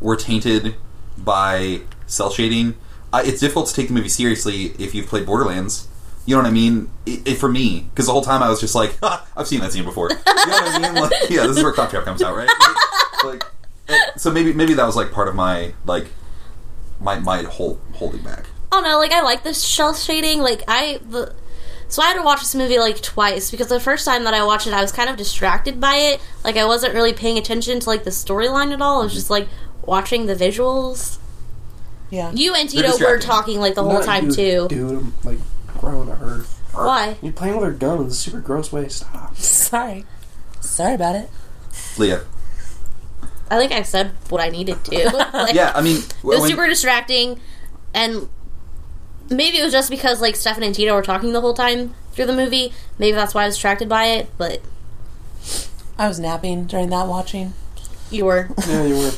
[SPEAKER 2] we're tainted by cell shading, I, it's difficult to take the movie seriously if you've played Borderlands. You know what I mean? It, it, for me, because the whole time I was just like, ha, I've seen that scene before. You know what I mean? Like, yeah, this is where Claptrap comes out, right? Like, eh, so maybe maybe that was like part of my like my my whole holding back.
[SPEAKER 3] oh no, like I like this shell shading. Like I, the, so I had to watch this movie like twice because the first time that I watched it, I was kind of distracted by it. Like I wasn't really paying attention to like the storyline at all. I was just like watching the visuals.
[SPEAKER 1] Yeah.
[SPEAKER 3] You and
[SPEAKER 2] They're
[SPEAKER 3] Tito were
[SPEAKER 2] distracting.
[SPEAKER 3] talking like the whole
[SPEAKER 4] Not
[SPEAKER 3] time
[SPEAKER 4] you,
[SPEAKER 3] too.
[SPEAKER 4] Dude, I'm like growing at her.
[SPEAKER 3] Why?
[SPEAKER 4] You're playing with her guns. It's a super gross way. Stop.
[SPEAKER 1] Sorry. Sorry about it.
[SPEAKER 2] Leah,
[SPEAKER 3] I think I said what I needed to. Like-
[SPEAKER 2] yeah, I mean,
[SPEAKER 3] it was
[SPEAKER 2] when-
[SPEAKER 3] super distracting and maybe it was just because like stefan and tito were talking the whole time through the movie maybe that's why i was distracted by it but
[SPEAKER 1] I was napping during that watching.
[SPEAKER 3] you were
[SPEAKER 4] Yeah, you were.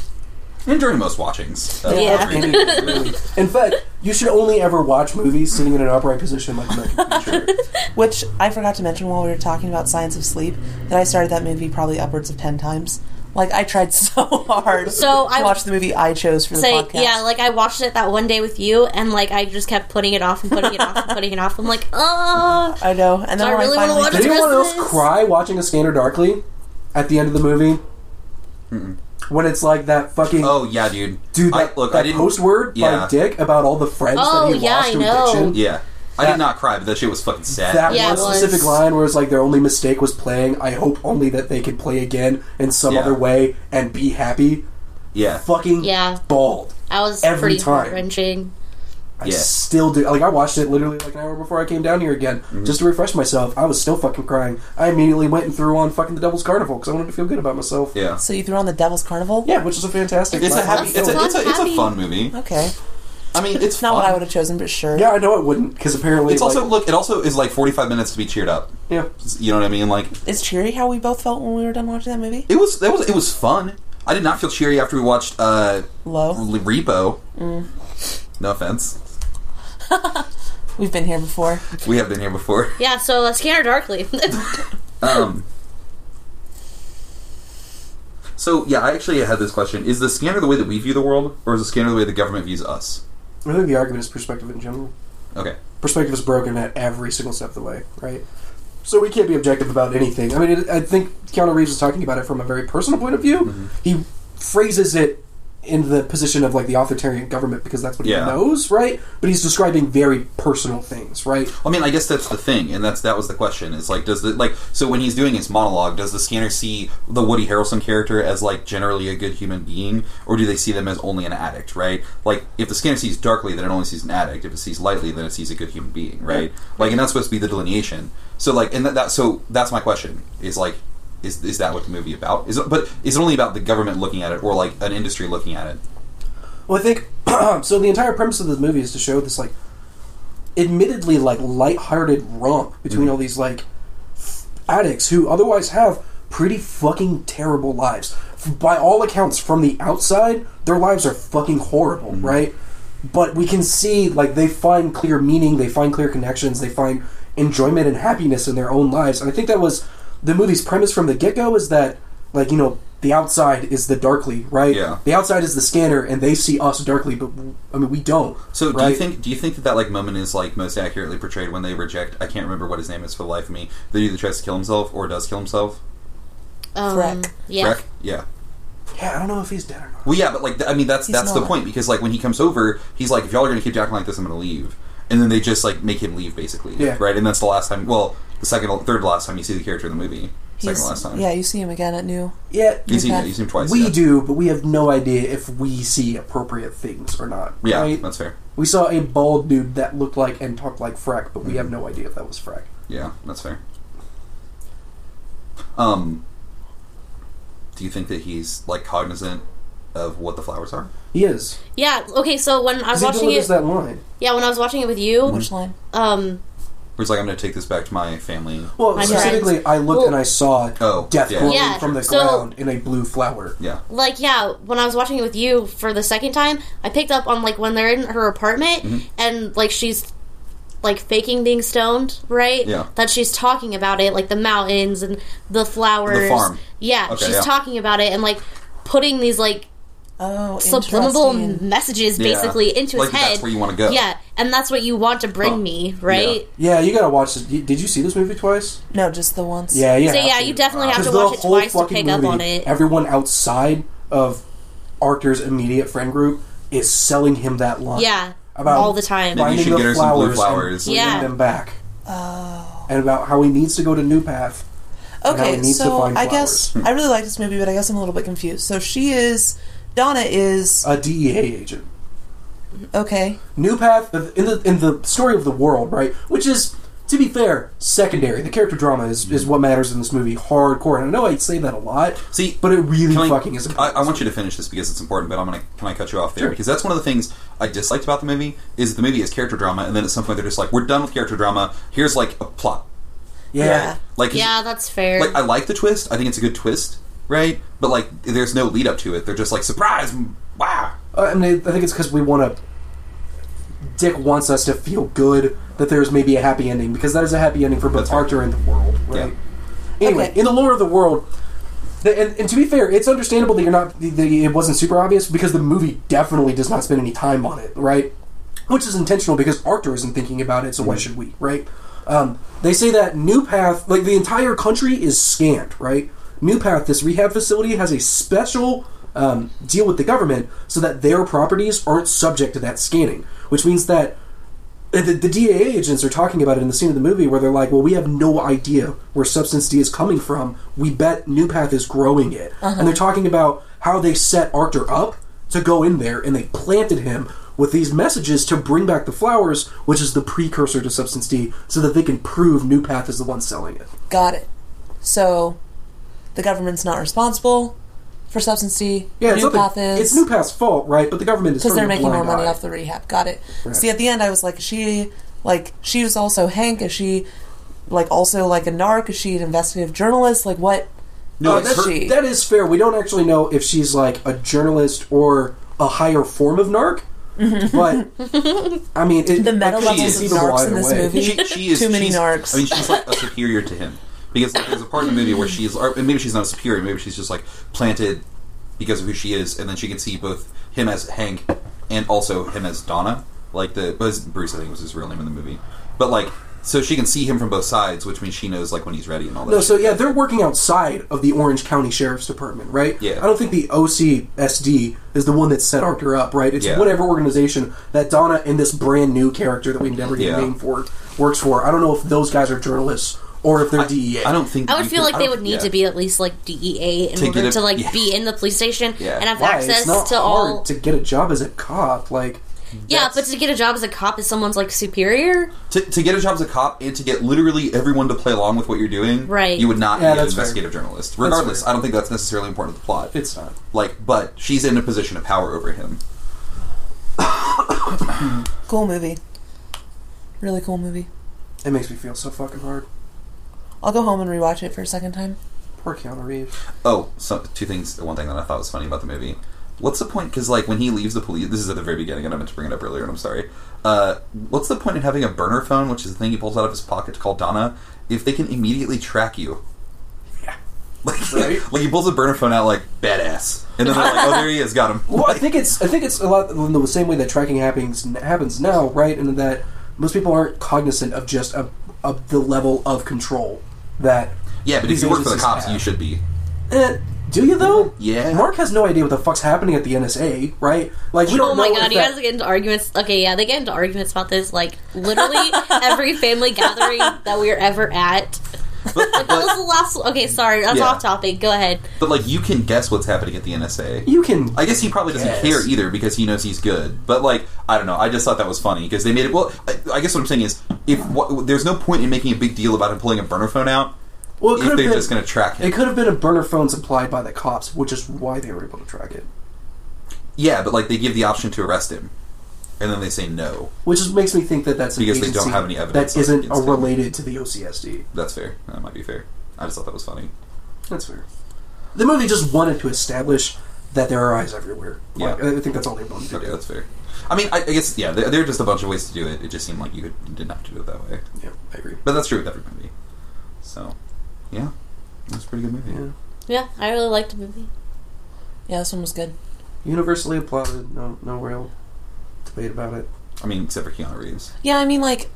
[SPEAKER 2] and during most watchings, uh,
[SPEAKER 3] Yeah.
[SPEAKER 2] of reading.
[SPEAKER 4] Really. In fact, you should only ever watch movies sitting in an upright position like that.
[SPEAKER 1] Which I forgot to mention while we were talking about Science of Sleep that I started that movie probably upwards of 10 times. Like, I tried so hard
[SPEAKER 3] So
[SPEAKER 1] to
[SPEAKER 3] I-
[SPEAKER 1] watch the movie I chose for the
[SPEAKER 3] say
[SPEAKER 1] podcast.
[SPEAKER 3] yeah like i watched it that one day with you and like i just kept putting it off and putting it off and putting it off i'm like oh
[SPEAKER 1] I know. And then
[SPEAKER 3] I
[SPEAKER 1] when
[SPEAKER 3] really
[SPEAKER 1] I
[SPEAKER 3] wanna
[SPEAKER 1] finally
[SPEAKER 3] watch
[SPEAKER 4] Did anyone else
[SPEAKER 3] Christmas.
[SPEAKER 4] cry watching A Scanner Darkly at the end of the movie? When it's like that fucking
[SPEAKER 2] Oh yeah, dude.
[SPEAKER 4] dude,
[SPEAKER 2] I-
[SPEAKER 4] that, that post word
[SPEAKER 2] yeah.
[SPEAKER 4] by Dick about all the friends
[SPEAKER 3] Oh,
[SPEAKER 4] that he
[SPEAKER 3] yeah,
[SPEAKER 4] lost
[SPEAKER 3] I
[SPEAKER 4] to
[SPEAKER 3] know.
[SPEAKER 4] addiction.
[SPEAKER 2] Yeah. I
[SPEAKER 4] That-
[SPEAKER 2] did not cry, but that shit was fucking sad.
[SPEAKER 4] That
[SPEAKER 3] Yeah,
[SPEAKER 4] one
[SPEAKER 3] it was.
[SPEAKER 4] specific line where it's like their only mistake was playing. I hope only that they can play again in some
[SPEAKER 2] Yeah.
[SPEAKER 4] other way and be happy.
[SPEAKER 2] yeah.
[SPEAKER 4] Fucking
[SPEAKER 3] Yeah.
[SPEAKER 4] bald.
[SPEAKER 3] i was
[SPEAKER 4] Every
[SPEAKER 3] pretty
[SPEAKER 4] time.
[SPEAKER 3] wrenching
[SPEAKER 4] I
[SPEAKER 2] Yeah.
[SPEAKER 4] still do. Like I watched it literally like an hour before I came down here again,
[SPEAKER 2] Mm-hmm.
[SPEAKER 4] just to refresh myself. I was still fucking crying. I immediately went and threw on fucking the Devil's Carnival because I wanted to feel good about myself.
[SPEAKER 2] Yeah.
[SPEAKER 1] So you threw on the Devil's Carnival?
[SPEAKER 4] Yeah, which is a fantastic.
[SPEAKER 2] It's a
[SPEAKER 4] line.
[SPEAKER 2] happy it's a, it's a it's a
[SPEAKER 3] Happy.
[SPEAKER 2] fun movie.
[SPEAKER 1] Okay.
[SPEAKER 2] I mean it's
[SPEAKER 1] It's not
[SPEAKER 2] fun.
[SPEAKER 1] what I would have chosen, but sure.
[SPEAKER 4] Yeah, I know it wouldn't because apparently
[SPEAKER 2] It's
[SPEAKER 4] like-
[SPEAKER 2] also look, it also is like forty five minutes to be cheered up.
[SPEAKER 4] yeah.
[SPEAKER 2] You know what I mean? Like
[SPEAKER 1] Is cheery how we both felt when we were done watching that movie?
[SPEAKER 2] it was that was it was fun. I did not feel cheery after we watched uh
[SPEAKER 1] Low.
[SPEAKER 2] L- Repo.
[SPEAKER 1] Mm.
[SPEAKER 2] No offense.
[SPEAKER 1] We've been here before.
[SPEAKER 2] We have been here before.
[SPEAKER 3] yeah so uh, scanner darkly
[SPEAKER 2] Um so yeah, I actually had this question. Is the scanner the way that we view the world, or is the scanner the way the government views us?
[SPEAKER 4] I think the argument is perspective in general.
[SPEAKER 2] Okay.
[SPEAKER 4] perspective is broken at every single step of the way, right? So we can't be objective about anything. I mean, it, I think Keanu Reeves is talking about it from a very personal point of view. He phrases it in the position of like the authoritarian government because that's what
[SPEAKER 2] Yeah.
[SPEAKER 4] he knows, right? But he's describing very personal things, right?
[SPEAKER 2] I mean, I guess that's the thing, and that's that was the question. Is like, does the like so when he's doing his monologue, does the scanner see the Woody Harrelson character as like generally a good human being, or do they see them as only an addict? Right? Like, if the scanner sees darkly, then it only sees an addict. If it sees lightly, then it sees a good human being. Right? Like, and that's supposed to be the delineation. So like, and that, that so that's my question. Is like. Is, is that what the movie about? Is it, but is it only about the government looking at it, or like an industry looking at it?
[SPEAKER 4] Well, I think so. The entire premise of this movie is to show this like, admittedly like light-hearted romp between
[SPEAKER 2] Mm-hmm.
[SPEAKER 4] all these like f- addicts who otherwise have pretty fucking terrible lives. F- By all accounts, from the outside, their lives are fucking horrible,
[SPEAKER 2] Mm-hmm.
[SPEAKER 4] right? But we can see like they find clear meaning, they find clear connections, they find enjoyment and happiness in their own lives, and I think that was the movie's premise from the get-go is that like you know. The outside is the darkly, right?
[SPEAKER 2] Yeah.
[SPEAKER 4] The outside is the scanner, and they see us darkly, but I mean, we don't.
[SPEAKER 2] So do
[SPEAKER 4] right?
[SPEAKER 2] you think do you think that that like moment is like most accurately portrayed when they reject? I can't remember what his name is for the life of me. That he either tries to kill himself or does kill himself.
[SPEAKER 3] um,
[SPEAKER 1] Freck.
[SPEAKER 3] yeah
[SPEAKER 2] Freck? Yeah.
[SPEAKER 4] Yeah, I don't know if he's dead or not.
[SPEAKER 2] Well, yeah, but like th- I mean that's
[SPEAKER 1] He's
[SPEAKER 2] that's the
[SPEAKER 1] not.
[SPEAKER 2] point because like when he comes over, he's like, if y'all are gonna keep acting like this, I'm gonna leave. And then they just like make him leave basically.
[SPEAKER 4] Yeah.
[SPEAKER 2] Right. And that's the last time. Well, the second, third, last time you see the character in the movie. Second last time.
[SPEAKER 1] Yeah, you see him again at New.
[SPEAKER 4] Yeah,
[SPEAKER 2] You see,
[SPEAKER 1] Okay.
[SPEAKER 2] you see him twice.
[SPEAKER 4] we
[SPEAKER 2] yeah.
[SPEAKER 4] do, but we have no idea if we see appropriate things or not.
[SPEAKER 2] Yeah,
[SPEAKER 4] right?
[SPEAKER 2] that's fair.
[SPEAKER 4] we saw a bald dude that looked like and talked like Frack, but we
[SPEAKER 2] Mm-hmm.
[SPEAKER 4] have no idea if that was Frack.
[SPEAKER 2] Yeah, that's fair. Um, do you think that he's like cognizant of what the flowers are?
[SPEAKER 4] He is.
[SPEAKER 3] Yeah. Okay. So when I was
[SPEAKER 4] 'Cause he
[SPEAKER 3] watching
[SPEAKER 4] delivers
[SPEAKER 3] it,
[SPEAKER 4] that line.
[SPEAKER 3] yeah, when I was watching it with you,
[SPEAKER 1] Which line?
[SPEAKER 3] um,
[SPEAKER 2] Where he's like, I'm going to take this back to my family.
[SPEAKER 4] Well,
[SPEAKER 3] My
[SPEAKER 4] specifically, I looked
[SPEAKER 3] Well-
[SPEAKER 4] and I saw
[SPEAKER 2] Oh,
[SPEAKER 4] death
[SPEAKER 2] yeah.
[SPEAKER 4] growing
[SPEAKER 3] Yeah,
[SPEAKER 4] from the
[SPEAKER 3] so-
[SPEAKER 4] ground in a blue flower.
[SPEAKER 2] Yeah,
[SPEAKER 3] like yeah, when I was watching it with you for the second time, I picked up on like when they're in her apartment
[SPEAKER 2] Mm-hmm.
[SPEAKER 3] and like she's like faking being stoned, right?
[SPEAKER 2] Yeah.
[SPEAKER 3] That she's talking about it, like the mountains and the flowers.
[SPEAKER 2] farm.
[SPEAKER 3] Yeah,
[SPEAKER 2] Okay,
[SPEAKER 3] she's
[SPEAKER 2] yeah.
[SPEAKER 3] talking about it and like putting these like
[SPEAKER 1] Oh,
[SPEAKER 3] subliminal
[SPEAKER 1] interesting.
[SPEAKER 3] messages
[SPEAKER 2] Yeah.
[SPEAKER 3] basically into
[SPEAKER 2] Like,
[SPEAKER 3] his head.
[SPEAKER 2] that's where you wanna go.
[SPEAKER 3] Yeah, and that's what you want to bring
[SPEAKER 2] Huh.
[SPEAKER 3] me, right?
[SPEAKER 4] Yeah, you gotta watch this. y- Did you see this movie twice?
[SPEAKER 1] No, just the once.
[SPEAKER 4] Yeah, yeah.
[SPEAKER 3] So yeah, you
[SPEAKER 2] Uh,
[SPEAKER 3] definitely have to watch it twice to pick up on it.
[SPEAKER 4] Everyone outside of Arthur's immediate friend group is selling him that line.
[SPEAKER 3] Yeah,
[SPEAKER 4] About
[SPEAKER 3] all the time.
[SPEAKER 2] Maybe you
[SPEAKER 4] finding
[SPEAKER 2] should
[SPEAKER 4] the
[SPEAKER 2] get her some blue
[SPEAKER 4] flowers,
[SPEAKER 2] flowers.
[SPEAKER 4] and
[SPEAKER 3] Yeah.
[SPEAKER 4] bringing them back,
[SPEAKER 1] Oh.
[SPEAKER 4] and about how he needs to go to New Path. and how he
[SPEAKER 1] Okay,
[SPEAKER 4] needs to
[SPEAKER 1] so
[SPEAKER 4] find
[SPEAKER 1] I guess I really like this movie, but I guess I'm a little bit confused. So she is Donna is
[SPEAKER 4] A DEA agent.
[SPEAKER 1] okay.
[SPEAKER 4] New Path in the in the story of the world, right? Which is, to be fair, secondary. The character drama is, is what matters in this movie, hardcore. And I know I say that a lot.
[SPEAKER 2] See,
[SPEAKER 4] but it really
[SPEAKER 2] Can I-
[SPEAKER 4] fucking is.
[SPEAKER 2] I, I want you to finish this because it's important, but I'm gonna can I cut you off there
[SPEAKER 4] Sure.
[SPEAKER 2] because that's one of the things I disliked about the movie is the movie is character drama, and then at some point they're just like, we're done with character drama. Here's like a plot.
[SPEAKER 4] yeah.
[SPEAKER 1] Yeah.
[SPEAKER 2] Like
[SPEAKER 3] Yeah, that's fair.
[SPEAKER 2] like I like the twist. I think it's a good twist, right? But like, there's no lead up to it. They're just like surprise, m- wow.
[SPEAKER 4] Uh, I mean, I think it's because we want to. Dick wants us to feel good that there's maybe a happy ending because that is a happy ending for both
[SPEAKER 2] That's fair.
[SPEAKER 4] Arthur and the world, right? Anyway,
[SPEAKER 1] Okay.
[SPEAKER 4] in the lore of the world, the, and, and to be fair, it's understandable that you're not that it wasn't super obvious because the movie definitely does not spend any time on it, right? Which is intentional because Arthur isn't thinking about it, so why should we, right? Um, they say that New Path, like the entire country, is scanned, right? New Path, this rehab facility, has a special um, deal with the government so that their properties aren't subject to that scanning, which means that and Uh, the, the DAA agents are talking about it in the scene of the movie where they're like, "Well, we have no idea where substance D is coming from. We bet New Path is growing it."
[SPEAKER 1] Uh-huh.
[SPEAKER 4] And they're talking about how they set Arctur up to go in there and they planted him with these messages to bring back the flowers, which is the precursor to substance D, so that they can prove New Path is the one selling it.
[SPEAKER 1] Got it. So the government's not responsible for substance D.
[SPEAKER 4] Yeah, it's
[SPEAKER 1] New
[SPEAKER 4] not the-
[SPEAKER 1] Path is
[SPEAKER 4] it's New Path's fault, right? But the government is
[SPEAKER 1] because they're
[SPEAKER 4] turning a
[SPEAKER 1] making more
[SPEAKER 4] blind
[SPEAKER 1] money
[SPEAKER 4] eye.
[SPEAKER 1] off the rehab. Got it. See, at the end, I was like, is she like she was also Hank. Is she like also like a narc? Is she an investigative journalist? Like what?
[SPEAKER 2] No,
[SPEAKER 4] Uh,
[SPEAKER 2] it's
[SPEAKER 4] that's-
[SPEAKER 2] her-
[SPEAKER 1] she-
[SPEAKER 4] that is fair. We don't actually know if she's like a journalist or a higher form of narc. but I mean, it,
[SPEAKER 1] The meta
[SPEAKER 4] it could
[SPEAKER 1] levels
[SPEAKER 4] be
[SPEAKER 1] of
[SPEAKER 4] conceivable
[SPEAKER 1] narcs in
[SPEAKER 4] either
[SPEAKER 1] this
[SPEAKER 4] way.
[SPEAKER 1] movie.
[SPEAKER 2] she, she is
[SPEAKER 1] Too many
[SPEAKER 2] she's-
[SPEAKER 1] narcs.
[SPEAKER 2] I mean, she's like a superior to him because like, there's a part in the movie where she's, or maybe she's not a superior. Maybe she's just like planted because of who she is, and then she can see both him as Hank and also him as Donna. Like the but it's- Bruce, I think was his real name in the movie, but like so she can see him from both sides, which means she knows like when he's ready and all that.
[SPEAKER 4] No,
[SPEAKER 2] shit.
[SPEAKER 4] so yeah, they're working outside of the Orange County Sheriff's Department, right?
[SPEAKER 2] Yeah.
[SPEAKER 4] I don't think the OCSD is the one that set Arthur up, right? It's
[SPEAKER 2] Yeah.
[SPEAKER 4] whatever organization that Donna and this brand new character that we never get
[SPEAKER 2] Yeah.
[SPEAKER 4] a name for works for. I don't know if those guys are journalists or if they're E DEA.
[SPEAKER 2] I don't think
[SPEAKER 3] I would
[SPEAKER 2] you
[SPEAKER 3] feel
[SPEAKER 2] could-
[SPEAKER 3] like
[SPEAKER 2] I
[SPEAKER 3] they
[SPEAKER 2] don't-
[SPEAKER 3] would need
[SPEAKER 2] yeah.
[SPEAKER 3] to be at least like DEA in
[SPEAKER 2] To
[SPEAKER 3] order
[SPEAKER 2] get a-
[SPEAKER 3] to like
[SPEAKER 2] yeah.
[SPEAKER 3] be in the police station
[SPEAKER 2] Yeah.
[SPEAKER 3] and have
[SPEAKER 4] Why?
[SPEAKER 3] access
[SPEAKER 4] it's not
[SPEAKER 3] to
[SPEAKER 4] hard
[SPEAKER 3] all.
[SPEAKER 4] to get a job as a cop. Like,
[SPEAKER 3] yeah, but to get a job as a cop is someone's like
[SPEAKER 4] Oh
[SPEAKER 3] superior,
[SPEAKER 2] to, to get a job as a cop and to get literally everyone to play along with what you're doing,
[SPEAKER 3] Right.
[SPEAKER 2] You would not
[SPEAKER 4] Yeah,
[SPEAKER 2] be an
[SPEAKER 4] that's fair.
[SPEAKER 2] investigative journalist. Regardless,
[SPEAKER 4] fair.
[SPEAKER 2] I don't think that's necessarily important to the plot.
[SPEAKER 4] it's not.
[SPEAKER 2] like, but she's in a position of power over him.
[SPEAKER 1] Cool movie. Really cool movie.
[SPEAKER 4] It makes me feel so fucking hard.
[SPEAKER 1] I'll go home and rewatch it for a second time.
[SPEAKER 4] Poor Keanu Reeves.
[SPEAKER 2] Oh, so, two things. One thing that I thought was funny about the movie. What's the point? Because like when he leaves the police, this is at the very beginning, and I meant to bring it up earlier, and I'm sorry. Uh, what's the point in having a burner phone, which is the thing he pulls out of his pocket to call Donna, if they can immediately track you?
[SPEAKER 4] Yeah.
[SPEAKER 2] Like,
[SPEAKER 4] Right.
[SPEAKER 2] like he pulls a burner phone out like badass, and then they're like, "Oh, there he is, got him."
[SPEAKER 4] Well, I think it's I think it's a lot in the same way that tracking happens happens now, right? And that most people aren't cognizant of just of, of the level of control that.
[SPEAKER 2] Yeah, but if
[SPEAKER 4] these
[SPEAKER 2] you work for the
[SPEAKER 4] agencies
[SPEAKER 2] cops,
[SPEAKER 4] have.
[SPEAKER 2] you should be.
[SPEAKER 4] Eh, do you though?
[SPEAKER 2] Yeah.
[SPEAKER 4] Mark has no idea what the fuck's happening at the NSA, right? Like, we don't
[SPEAKER 3] Oh my
[SPEAKER 4] know
[SPEAKER 3] god,
[SPEAKER 4] if
[SPEAKER 3] you
[SPEAKER 4] that-
[SPEAKER 3] guys get into arguments. Okay, yeah, they get into arguments about this like literally every family gathering that we're ever at.
[SPEAKER 2] But,
[SPEAKER 3] That was
[SPEAKER 2] but,
[SPEAKER 3] the last. Okay, sorry, that's
[SPEAKER 2] Yeah.
[SPEAKER 3] off topic. Go ahead.
[SPEAKER 2] but like you can guess what's happening at the NSA.
[SPEAKER 4] You can.
[SPEAKER 2] I guess he probably doesn't
[SPEAKER 4] Yes.
[SPEAKER 2] care either because he knows he's good. But like, I don't know. I just thought that was funny because they made it. Well, I, I guess what I'm saying is, if what, there's no point in making a big deal about him pulling a burner phone out
[SPEAKER 4] well, it
[SPEAKER 2] if
[SPEAKER 4] could have
[SPEAKER 2] they're
[SPEAKER 4] been.
[SPEAKER 2] just going to track him.
[SPEAKER 4] it could have been a burner phone supplied by the cops, which is why they were able to track it.
[SPEAKER 2] yeah, but like they give the option to arrest him, and then they say no.
[SPEAKER 4] Which just makes me think that that's an
[SPEAKER 2] Because they don't
[SPEAKER 4] agency
[SPEAKER 2] have any evidence of
[SPEAKER 4] that
[SPEAKER 2] it
[SPEAKER 4] isn't
[SPEAKER 2] against him.
[SPEAKER 4] related to the OCSD.
[SPEAKER 2] That's fair. That might be fair. I just thought that was funny.
[SPEAKER 4] That's fair. The movie just wanted to establish that there are eyes everywhere.
[SPEAKER 2] Yeah.
[SPEAKER 4] Like, I think that's all they wanted to
[SPEAKER 2] Okay,
[SPEAKER 4] do.
[SPEAKER 2] that's fair. I mean, I, I guess yeah. There, there are just a bunch of ways to do it. It just seemed like you, could, you didn't have to do it that way.
[SPEAKER 4] Yeah, I agree.
[SPEAKER 2] But that's true with every movie. So, yeah, that's a pretty good movie.
[SPEAKER 4] Yeah.
[SPEAKER 3] Yeah, I really liked the movie.
[SPEAKER 1] Yeah, this one was good.
[SPEAKER 4] Universally applauded. No, no real debate about it.
[SPEAKER 2] I mean, except for Keanu Reeves.
[SPEAKER 1] Yeah, I mean, like,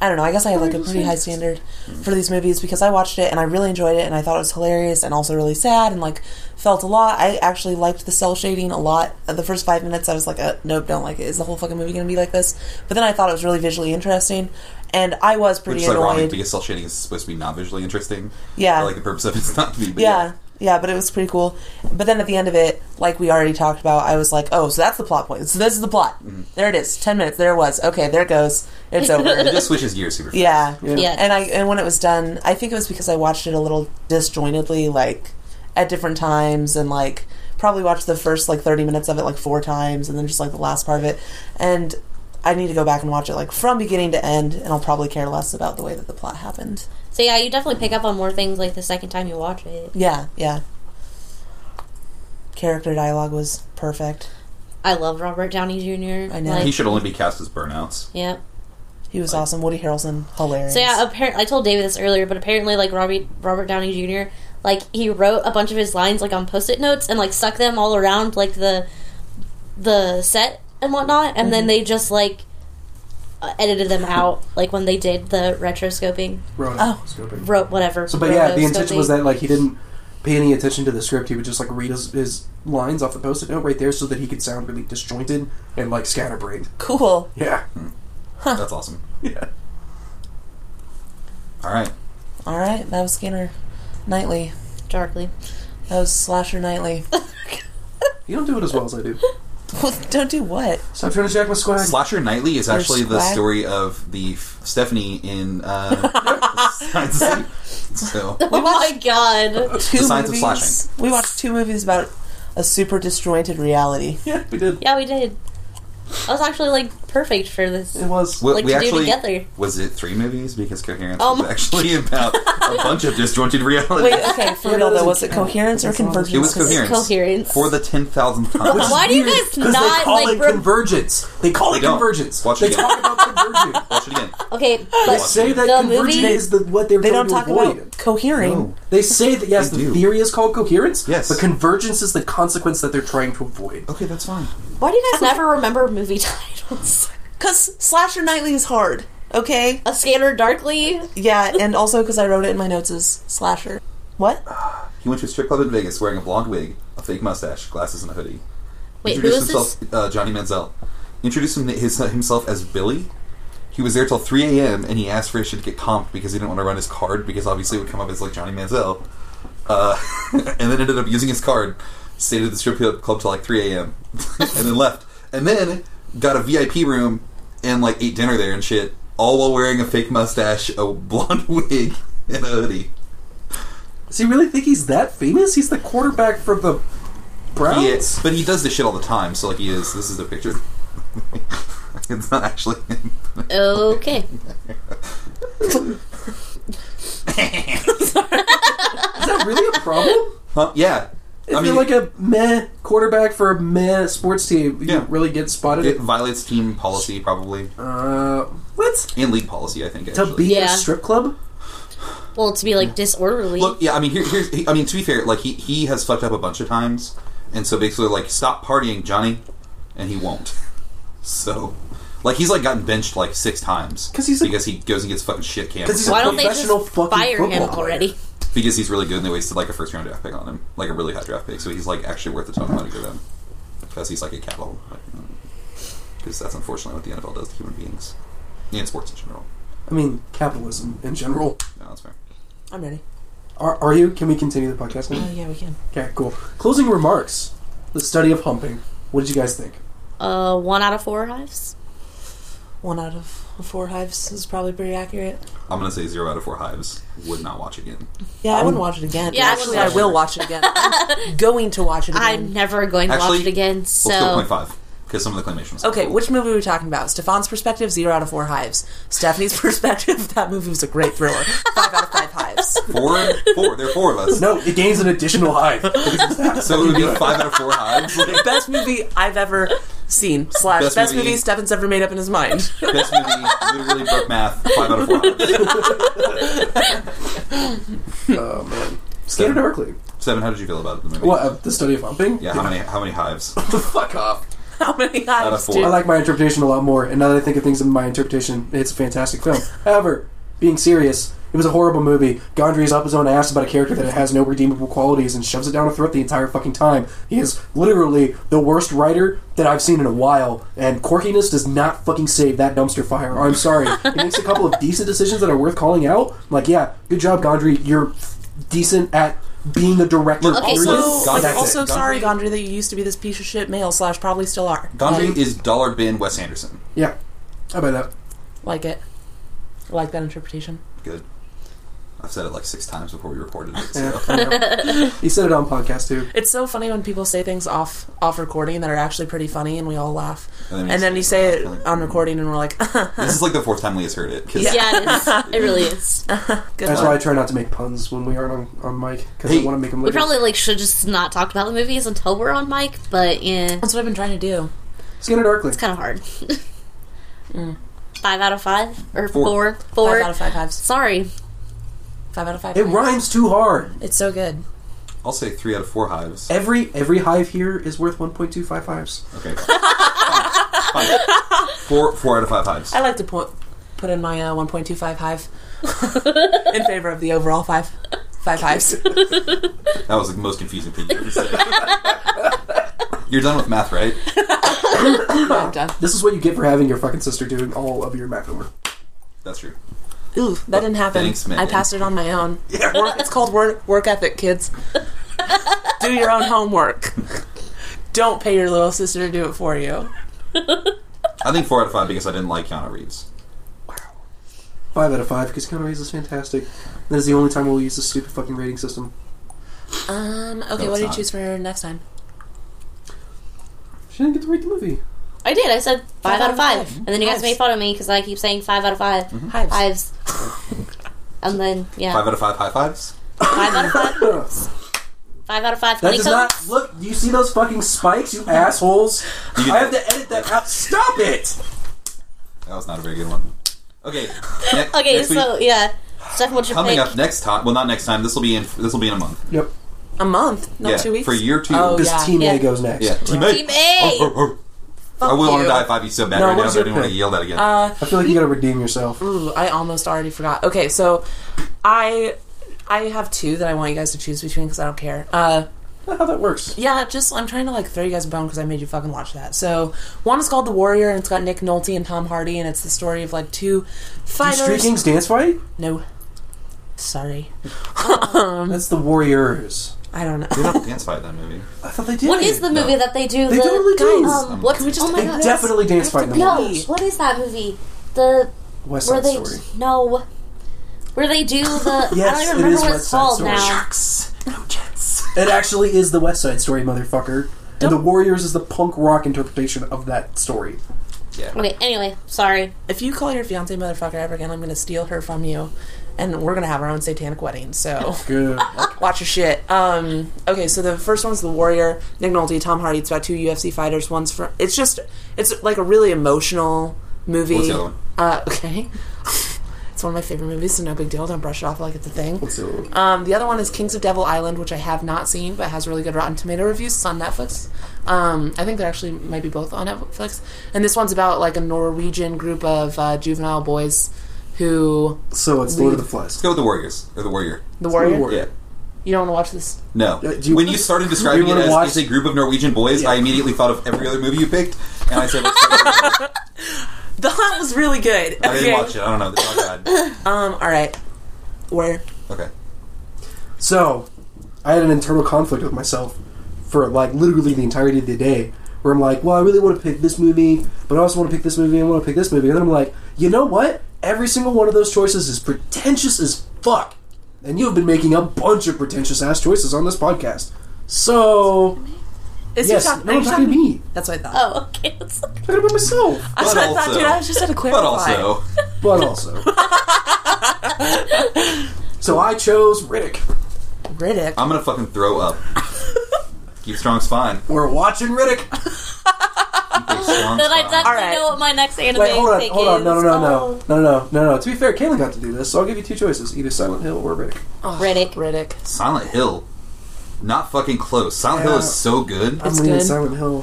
[SPEAKER 1] I don't know. I guess I have like a pretty high standard for these movies because I watched it and I really enjoyed it and I thought it was hilarious and also really sad and like felt a lot. I actually liked the cell shading a lot. Uh, The first five minutes, I was like, uh, nope, don't like it. Is the whole fucking movie going to be like this? But then I thought it was really visually interesting and I was
[SPEAKER 2] Which
[SPEAKER 1] pretty
[SPEAKER 2] is
[SPEAKER 1] annoyed.
[SPEAKER 2] ironic because cell shading is supposed to be not visually interesting.
[SPEAKER 1] Yeah.
[SPEAKER 2] For, like the purpose of it's not to be. But
[SPEAKER 1] yeah. Yeah, but it was pretty cool. But then at the end of it, like we already talked about, I was like, oh, so that's the plot point. So this is the plot.
[SPEAKER 2] Mm-hmm.
[SPEAKER 1] There it is. 10 minutes. There it was. Okay, there it goes. It's over.
[SPEAKER 2] It just switches gears super fast.
[SPEAKER 1] Yeah.
[SPEAKER 4] Yeah.
[SPEAKER 3] Yeah.
[SPEAKER 1] And I and when it was done, I think it was because I watched it a little disjointedly, like at different times, and like probably watched the first like thirty minutes of it like four times, and then just like the last part of it. And I need to go back and watch it like from beginning to end, and I'll probably care less about the way that the plot happened.
[SPEAKER 3] So yeah, you definitely pick up on more things like the second time you watch it.
[SPEAKER 1] Yeah, yeah. Character dialogue was perfect.
[SPEAKER 3] I love Robert Downey Jr.
[SPEAKER 1] I know.
[SPEAKER 3] Like,
[SPEAKER 2] He should only be cast as burnouts.
[SPEAKER 3] yeah.
[SPEAKER 1] He was awesome. Woody Harrelson, hilarious.
[SPEAKER 3] So yeah, uh, apparently I told David this earlier, but apparently like Robbie Robert Downey Jr. like he wrote a bunch of his lines like on post-it notes and like stuck them all around like the the set and whatnot, and then they just like uh, edited them out like when they did the retroscoping,
[SPEAKER 4] Ronan.
[SPEAKER 1] Oh.
[SPEAKER 4] Scoping.
[SPEAKER 3] wrote whatever.
[SPEAKER 4] So, but yeah, the intention
[SPEAKER 3] rotoscoping.
[SPEAKER 4] was that like he didn't pay any attention to the script. He would just like read his, his lines off the post-it note right there, so that he could sound really disjointed and like scatterbrained.
[SPEAKER 1] cool.
[SPEAKER 4] Yeah.
[SPEAKER 2] That's awesome.
[SPEAKER 4] Yeah.
[SPEAKER 2] All right.
[SPEAKER 1] All right, that was Skinner Knightley.
[SPEAKER 3] darkly.
[SPEAKER 1] That was Slasher Knightley.
[SPEAKER 4] You don't do it as well as I do.
[SPEAKER 1] Don't do what?
[SPEAKER 4] Stop trying to jack my swag.
[SPEAKER 2] Slasher Knightley is actually the
[SPEAKER 1] swag.
[SPEAKER 2] story of the f- Stephanie in uh, Science of Sleep. So
[SPEAKER 3] Oh my god.
[SPEAKER 1] two
[SPEAKER 2] The Science of
[SPEAKER 1] movies.
[SPEAKER 2] Slashing.
[SPEAKER 1] We watched two movies about a super disjointed reality.
[SPEAKER 4] yeah, we did.
[SPEAKER 3] Yeah, we did. That was actually like perfect for this.
[SPEAKER 4] It was.
[SPEAKER 2] we,
[SPEAKER 3] Like
[SPEAKER 2] we
[SPEAKER 3] to do
[SPEAKER 2] actually
[SPEAKER 3] together.
[SPEAKER 2] was it three movies because Coherence
[SPEAKER 3] Oh
[SPEAKER 2] was
[SPEAKER 3] my-
[SPEAKER 2] actually about a bunch of disjointed reality.
[SPEAKER 1] Um. Wait, okay, for
[SPEAKER 4] Yeah,
[SPEAKER 1] real though,
[SPEAKER 4] that doesn't
[SPEAKER 1] was it
[SPEAKER 4] count.
[SPEAKER 1] coherence or
[SPEAKER 4] It's not-
[SPEAKER 1] convergence?
[SPEAKER 2] It was
[SPEAKER 1] 'Cause-
[SPEAKER 2] coherence.
[SPEAKER 3] Coherence.
[SPEAKER 2] For the 10,000th time.
[SPEAKER 3] Why do you guys
[SPEAKER 4] Because they
[SPEAKER 3] not
[SPEAKER 4] call
[SPEAKER 3] like?
[SPEAKER 4] it
[SPEAKER 3] rem-
[SPEAKER 4] convergence. They call it
[SPEAKER 2] don't.
[SPEAKER 4] convergence.
[SPEAKER 2] Watch it
[SPEAKER 4] they
[SPEAKER 2] again.
[SPEAKER 4] talk about convergence.
[SPEAKER 2] Watch it again.
[SPEAKER 3] okay,
[SPEAKER 4] They
[SPEAKER 3] but
[SPEAKER 4] say that
[SPEAKER 3] The
[SPEAKER 4] convergence
[SPEAKER 3] movie-
[SPEAKER 4] is the, what they're
[SPEAKER 1] They
[SPEAKER 4] trying
[SPEAKER 1] don't talk
[SPEAKER 4] to avoid.
[SPEAKER 1] about cohering.
[SPEAKER 2] No.
[SPEAKER 4] They say that yes,
[SPEAKER 2] They
[SPEAKER 4] the
[SPEAKER 2] do.
[SPEAKER 4] theory is called coherence.
[SPEAKER 2] Yes.
[SPEAKER 4] but convergence is the consequence that they're trying to avoid.
[SPEAKER 2] Okay, that's fine.
[SPEAKER 3] why do you guys never remember movie titles?
[SPEAKER 1] Cause Slasher Nightly is hard. Okay.
[SPEAKER 3] A Scanner Darkly.
[SPEAKER 1] Yeah, and also because I wrote it in my notes as slasher. What?
[SPEAKER 2] He went to a strip club in Vegas wearing a blonde wig, a fake mustache, glasses, and a hoodie.
[SPEAKER 3] Wait, who
[SPEAKER 2] Introduced
[SPEAKER 3] is
[SPEAKER 2] himself,
[SPEAKER 3] this?
[SPEAKER 2] uh, Johnny Manziel. Introduced him, his, uh, himself as Billy. He was there till 3 a.m. and he asked for his shit to get comped because he didn't want to run his card because obviously it would come up as like Johnny Manziel. Uh, and then ended up using his card, stayed at the strip club till like 3 a.m. and then left. And then got a VIP room and like ate dinner there and shit, all while wearing a fake mustache, a blonde wig, and a hoodie.
[SPEAKER 4] Does he really think he's that famous? He's the quarterback for the Browns.
[SPEAKER 2] He is, but he does this shit all the time. So like he is. This is the picture. it's not actually him.
[SPEAKER 3] Okay.
[SPEAKER 4] Is that really a problem?
[SPEAKER 2] Huh? Yeah.
[SPEAKER 4] If
[SPEAKER 2] I mean,
[SPEAKER 4] you're like a meh quarterback for a meh sports team, you
[SPEAKER 2] Yeah.
[SPEAKER 4] really get spotted.
[SPEAKER 2] it violates team policy probably
[SPEAKER 4] uh, what?
[SPEAKER 2] and league policy. I think
[SPEAKER 4] To
[SPEAKER 2] actually.
[SPEAKER 4] be at a
[SPEAKER 3] Yeah.
[SPEAKER 4] strip club?
[SPEAKER 3] Well, to be like disorderly.
[SPEAKER 2] Look, yeah. I mean, here, here's. I mean, to be fair, like he he has fucked up a bunch of times, and so basically, like, stop partying, Johnny, and he won't. So. Like he's like gotten benched like six times
[SPEAKER 4] 'Cause he's a-
[SPEAKER 2] because he goes and gets fucking shit canned
[SPEAKER 4] 'Cause he's a
[SPEAKER 3] Why don't they just
[SPEAKER 4] professional fucking
[SPEAKER 3] fire him
[SPEAKER 4] football player.
[SPEAKER 3] already?
[SPEAKER 2] because he's really good and they wasted like a first round draft pick on him, like a really high draft pick. So he's like actually worth a ton of money to them because he's like a cattle. Because that's unfortunately what the NFL does to human beings and sports in general.
[SPEAKER 4] I mean, capitalism in general.
[SPEAKER 2] No, that's fair.
[SPEAKER 1] I'm ready.
[SPEAKER 4] Are, are you? Can we continue the podcast
[SPEAKER 1] Oh,
[SPEAKER 4] now?
[SPEAKER 1] yeah, we can.
[SPEAKER 4] Okay, cool. Closing remarks. The study of humping. What did you guys think?
[SPEAKER 3] Uh, one out of four hives.
[SPEAKER 1] One out of four hives is probably pretty accurate.
[SPEAKER 2] I'm gonna say zero out of four hives. Would not watch again.
[SPEAKER 1] Yeah, I wouldn't watch it again.
[SPEAKER 3] Yeah, I
[SPEAKER 1] actually, I
[SPEAKER 3] wouldn't
[SPEAKER 1] will watch it again. I'm going to watch it
[SPEAKER 3] I'm
[SPEAKER 1] again.
[SPEAKER 3] never going to watch
[SPEAKER 2] Actually,
[SPEAKER 3] it again.
[SPEAKER 2] We'll still point
[SPEAKER 3] So
[SPEAKER 2] five because some of the claymation was
[SPEAKER 1] Okay, which movie are we talking about? Stefan's perspective, zero out of four hives. Stephanie's perspective, that movie was a great thriller. Five out of five hives.
[SPEAKER 2] four, four. There are four of us,
[SPEAKER 4] No, it gains an additional hive.
[SPEAKER 2] so it would be five out of four hives.
[SPEAKER 1] Best movie I've ever seen. Slash best,
[SPEAKER 2] Best
[SPEAKER 1] movie,
[SPEAKER 2] movie.
[SPEAKER 1] Stefan's ever made up in his mind.
[SPEAKER 2] Best movie, literally broke math. Five out of four hives.
[SPEAKER 4] oh man. Scanner darkly.
[SPEAKER 2] Seven. How did you feel about the movie?
[SPEAKER 4] What? Uh, the study of humping?
[SPEAKER 2] Yeah. How many? How many hives?
[SPEAKER 4] Fuck off.
[SPEAKER 1] How many
[SPEAKER 2] of
[SPEAKER 1] hives?
[SPEAKER 2] four.
[SPEAKER 1] Dude?
[SPEAKER 4] I like my interpretation a lot more, and now that I think of things in my interpretation, it's a fantastic film. However, being serious, it was a horrible movie. Gondry's up his own ass about a character that has no redeemable qualities and shoves it down a throat the entire fucking time. He is literally the worst writer that I've seen in a while, and quirkiness does not fucking save that dumpster fire. I'm sorry. he makes a couple of decent decisions that are worth calling out. Like, yeah, good job, Gondry. You're decent at being a director.
[SPEAKER 2] Look,
[SPEAKER 3] Okay,
[SPEAKER 4] period.
[SPEAKER 1] also,
[SPEAKER 2] Gandhi-
[SPEAKER 1] like,
[SPEAKER 4] That's it.
[SPEAKER 1] also
[SPEAKER 2] Gandhi-
[SPEAKER 1] sorry, Gondry, that you used to be this piece of shit male slash probably still are.
[SPEAKER 2] Gondry
[SPEAKER 4] um,
[SPEAKER 1] Like,
[SPEAKER 2] is dollar bin Wes Anderson.
[SPEAKER 4] Yeah. How about that?
[SPEAKER 1] like it. I like that interpretation.
[SPEAKER 2] Good. I've said it like six times before we recorded it. So.
[SPEAKER 4] Yeah. he said it on podcast too.
[SPEAKER 1] It's so funny when people say things off off recording that are actually pretty funny, and we all laugh.
[SPEAKER 2] And
[SPEAKER 1] And
[SPEAKER 2] then
[SPEAKER 1] then,
[SPEAKER 2] we say
[SPEAKER 1] you say
[SPEAKER 2] it
[SPEAKER 1] it
[SPEAKER 2] off recording.
[SPEAKER 1] on recording, and we're like,
[SPEAKER 2] This is like the fourth time Leah's heard it. 'cause-
[SPEAKER 1] Yeah.
[SPEAKER 3] yeah, it is. It really is.
[SPEAKER 1] "Good
[SPEAKER 4] That's
[SPEAKER 1] one."
[SPEAKER 4] why I try not to make puns when we aren't on, on mic because I
[SPEAKER 2] Hey.
[SPEAKER 4] want to make them.
[SPEAKER 3] We probably like should just not talk about the movies until we're on mic, but yeah, it's
[SPEAKER 1] That's what I've been trying to do.
[SPEAKER 4] Skinner Darkly.
[SPEAKER 3] kind of hard. Five out of five or
[SPEAKER 2] Four.
[SPEAKER 3] four, four.
[SPEAKER 1] Five out of five hives.
[SPEAKER 3] Sorry,
[SPEAKER 1] Five out of five.
[SPEAKER 4] It
[SPEAKER 1] hives.
[SPEAKER 4] rhymes too hard.
[SPEAKER 1] It's so good.
[SPEAKER 2] I'll say three out of four hives.
[SPEAKER 4] Every every hive here is worth 1.25 hives.
[SPEAKER 2] Okay. Fine. Fine. Four, four out of five hives.
[SPEAKER 1] I like to put put in my uh, 1.25 hive in favor of the overall five five hives.
[SPEAKER 2] That was the most confusing thing you ever said. You're done with math, right?
[SPEAKER 1] I'm done.
[SPEAKER 4] This is what you get for having your fucking sister doing all of your math homework.
[SPEAKER 2] That's true.
[SPEAKER 1] Ooh, that didn't happen.
[SPEAKER 2] Thanks,
[SPEAKER 1] I
[SPEAKER 2] Megan.
[SPEAKER 1] passed it on my own. Work, it's called work, work ethic, kids. do your own homework. Don't pay your little sister to do it for you.
[SPEAKER 2] I think four out of five because I didn't like Keanu Reeves.
[SPEAKER 4] Five out of five because Keanu Reeves is fantastic. That is the only time we'll use this stupid fucking rating system.
[SPEAKER 1] Um. Okay.
[SPEAKER 2] No,
[SPEAKER 1] what
[SPEAKER 2] it's
[SPEAKER 1] do you
[SPEAKER 2] not.
[SPEAKER 1] choose for next time?
[SPEAKER 4] She didn't get to rate the movie.
[SPEAKER 3] I did. I said five, out of five, and then you guys
[SPEAKER 1] Hives.
[SPEAKER 3] made fun of me because I keep saying five out of 5
[SPEAKER 2] Mm-hmm.
[SPEAKER 1] Hives.
[SPEAKER 3] hives, and then yeah,
[SPEAKER 2] Five out of five high fives.
[SPEAKER 3] five out of five,
[SPEAKER 4] Ugh.
[SPEAKER 3] five out of five
[SPEAKER 4] That does not
[SPEAKER 3] honeycombs.
[SPEAKER 4] look. You see those fucking spikes, you assholes!
[SPEAKER 2] You did
[SPEAKER 4] I have
[SPEAKER 2] that.
[SPEAKER 4] to edit that out. Stop it!
[SPEAKER 2] That was not a very good one. Okay. ne-
[SPEAKER 3] Okay,
[SPEAKER 2] next week-
[SPEAKER 3] so yeah, Stefan, what's your
[SPEAKER 2] coming
[SPEAKER 3] pick?
[SPEAKER 2] up next time. Well, not next time. This will be in. This will be in a month.
[SPEAKER 4] Yep.
[SPEAKER 1] A month, not
[SPEAKER 2] Yeah,
[SPEAKER 1] two weeks.
[SPEAKER 2] for year two.
[SPEAKER 1] Oh
[SPEAKER 4] Because
[SPEAKER 1] yeah.
[SPEAKER 4] Team
[SPEAKER 3] Yeah.
[SPEAKER 4] A goes next.
[SPEAKER 2] Yeah. Team A.
[SPEAKER 3] Team A.
[SPEAKER 2] Oh, oh, oh. I
[SPEAKER 1] Fuck
[SPEAKER 2] would want
[SPEAKER 1] you.
[SPEAKER 2] to die if I be so bad
[SPEAKER 4] No,
[SPEAKER 2] right now,
[SPEAKER 4] what's
[SPEAKER 2] but I
[SPEAKER 4] your
[SPEAKER 2] didn't want to
[SPEAKER 4] pick? Uh,
[SPEAKER 2] yell that again.
[SPEAKER 4] I feel like you gotta redeem yourself.
[SPEAKER 1] Ooh, I almost already forgot. Okay, so I I have two that I want you guys to choose between because I don't care. Uh,
[SPEAKER 4] Not how that works.
[SPEAKER 1] yeah, just I'm trying to like throw you guys a bone because I made you fucking watch that. So one is called The Warrior and it's got Nick Nolte and Tom Hardy and it's the story of like two
[SPEAKER 4] Do Street
[SPEAKER 1] fighters.
[SPEAKER 4] Kings dance fight?
[SPEAKER 1] No, sorry,
[SPEAKER 4] That's the Warriors.
[SPEAKER 1] I don't know.
[SPEAKER 2] They don't dance fight in that movie.
[SPEAKER 4] I thought they did.
[SPEAKER 3] What is the movie that they do?
[SPEAKER 4] They
[SPEAKER 3] the,
[SPEAKER 4] totally do.
[SPEAKER 3] Um, what's,
[SPEAKER 1] Can we just
[SPEAKER 3] oh my
[SPEAKER 4] They
[SPEAKER 1] take
[SPEAKER 3] god.
[SPEAKER 1] that?
[SPEAKER 4] definitely dance fight in the
[SPEAKER 3] No,
[SPEAKER 4] Warriors.
[SPEAKER 3] what is that movie? The
[SPEAKER 4] West
[SPEAKER 3] where
[SPEAKER 4] Side
[SPEAKER 3] they
[SPEAKER 4] Story.
[SPEAKER 3] no, where they do the
[SPEAKER 4] Yes,
[SPEAKER 3] I don't
[SPEAKER 4] it
[SPEAKER 3] even remember
[SPEAKER 4] is
[SPEAKER 3] what
[SPEAKER 4] West
[SPEAKER 3] it's
[SPEAKER 4] Side
[SPEAKER 3] called
[SPEAKER 4] Story.
[SPEAKER 3] now.
[SPEAKER 1] Sharks, no jets.
[SPEAKER 4] It actually is the West Side Story, motherfucker. And the Warriors is the punk rock interpretation of that story.
[SPEAKER 3] Okay, anyway, sorry.
[SPEAKER 1] If you call your fiance motherfucker ever again, I'm gonna steal her from you, and we're gonna have our own satanic wedding. So.
[SPEAKER 4] Good.
[SPEAKER 1] Watch your shit. Um, okay, so the first one's the Warrior, Nick Nolte, Tom Hardy. It's about two UFC fighters. One's from. It's just. It's like a really emotional movie.
[SPEAKER 2] What's the other one?
[SPEAKER 1] Uh, okay. it's one of my favorite movies, so no big deal. Don't brush it off like it's a thing.
[SPEAKER 4] so,
[SPEAKER 1] Um, the other one is Kings of Devil Island, which I have not seen, but has really good Rotten Tomato reviews. It's on Netflix. Um, I think they actually might be both on Netflix. And this one's about like a Norwegian group of uh, juvenile boys who
[SPEAKER 4] so it's Lord of the Flies.
[SPEAKER 2] Let's go with the Warriors or the Warrior.
[SPEAKER 1] the warrior.
[SPEAKER 4] Warrior.
[SPEAKER 2] Yeah.
[SPEAKER 1] You don't want to watch this.
[SPEAKER 2] No.
[SPEAKER 4] Uh, do you-
[SPEAKER 2] when you started describing
[SPEAKER 4] Do you
[SPEAKER 2] it
[SPEAKER 4] wanna
[SPEAKER 2] as
[SPEAKER 4] watch-
[SPEAKER 2] it's a group of Norwegian boys,
[SPEAKER 4] Yeah.
[SPEAKER 2] I immediately thought of every other movie you picked, and I said, Let's go with the Warriors.
[SPEAKER 1] The Hunt was really good.
[SPEAKER 2] I didn't watch it. I don't know. It's not bad.
[SPEAKER 1] Um, all right. Warrior.
[SPEAKER 2] Okay.
[SPEAKER 4] So, I had an internal conflict with myself for like literally the entirety of the day, where I'm like, well, I really want to pick this movie, but I also want to pick this movie, and I want to pick this movie, and then I'm like, you know what? Every single one of those choices is pretentious as fuck, and you have been making a bunch of pretentious ass choices on this podcast. So,
[SPEAKER 1] Is
[SPEAKER 4] yes,
[SPEAKER 1] he talking?
[SPEAKER 4] no,
[SPEAKER 1] are
[SPEAKER 4] I'm
[SPEAKER 1] you
[SPEAKER 4] talking to me.
[SPEAKER 1] That's what I thought.
[SPEAKER 3] Oh, okay. That's so
[SPEAKER 4] I'm talking about myself.
[SPEAKER 1] Uh, I,
[SPEAKER 2] But
[SPEAKER 1] thought, I thought,
[SPEAKER 2] also-
[SPEAKER 1] dude, I was just at a clarify.
[SPEAKER 2] But also,
[SPEAKER 4] but also. so I chose Riddick.
[SPEAKER 1] Riddick.
[SPEAKER 2] I'm gonna fucking throw up. Keep strong spine.
[SPEAKER 4] We're watching Riddick.
[SPEAKER 2] Keep strong
[SPEAKER 3] Then I
[SPEAKER 2] spine.
[SPEAKER 3] definitely
[SPEAKER 1] Alright.
[SPEAKER 3] know what my next anime
[SPEAKER 4] Wait, hold on,
[SPEAKER 3] pick
[SPEAKER 4] hold on,
[SPEAKER 3] is.
[SPEAKER 4] no, no, no,
[SPEAKER 3] Oh.
[SPEAKER 4] no, no, no, no, no. To be fair, Caitlin got to do this, so I'll give you two choices: either Silent Hill or Riddick.
[SPEAKER 2] Ah.
[SPEAKER 3] Riddick.
[SPEAKER 1] Riddick.
[SPEAKER 2] Silent Hill. Not fucking close. Silent Hill
[SPEAKER 4] Yeah.
[SPEAKER 2] is so good.
[SPEAKER 4] I'm
[SPEAKER 1] It's
[SPEAKER 4] leaning
[SPEAKER 1] good.
[SPEAKER 4] Silent Hill.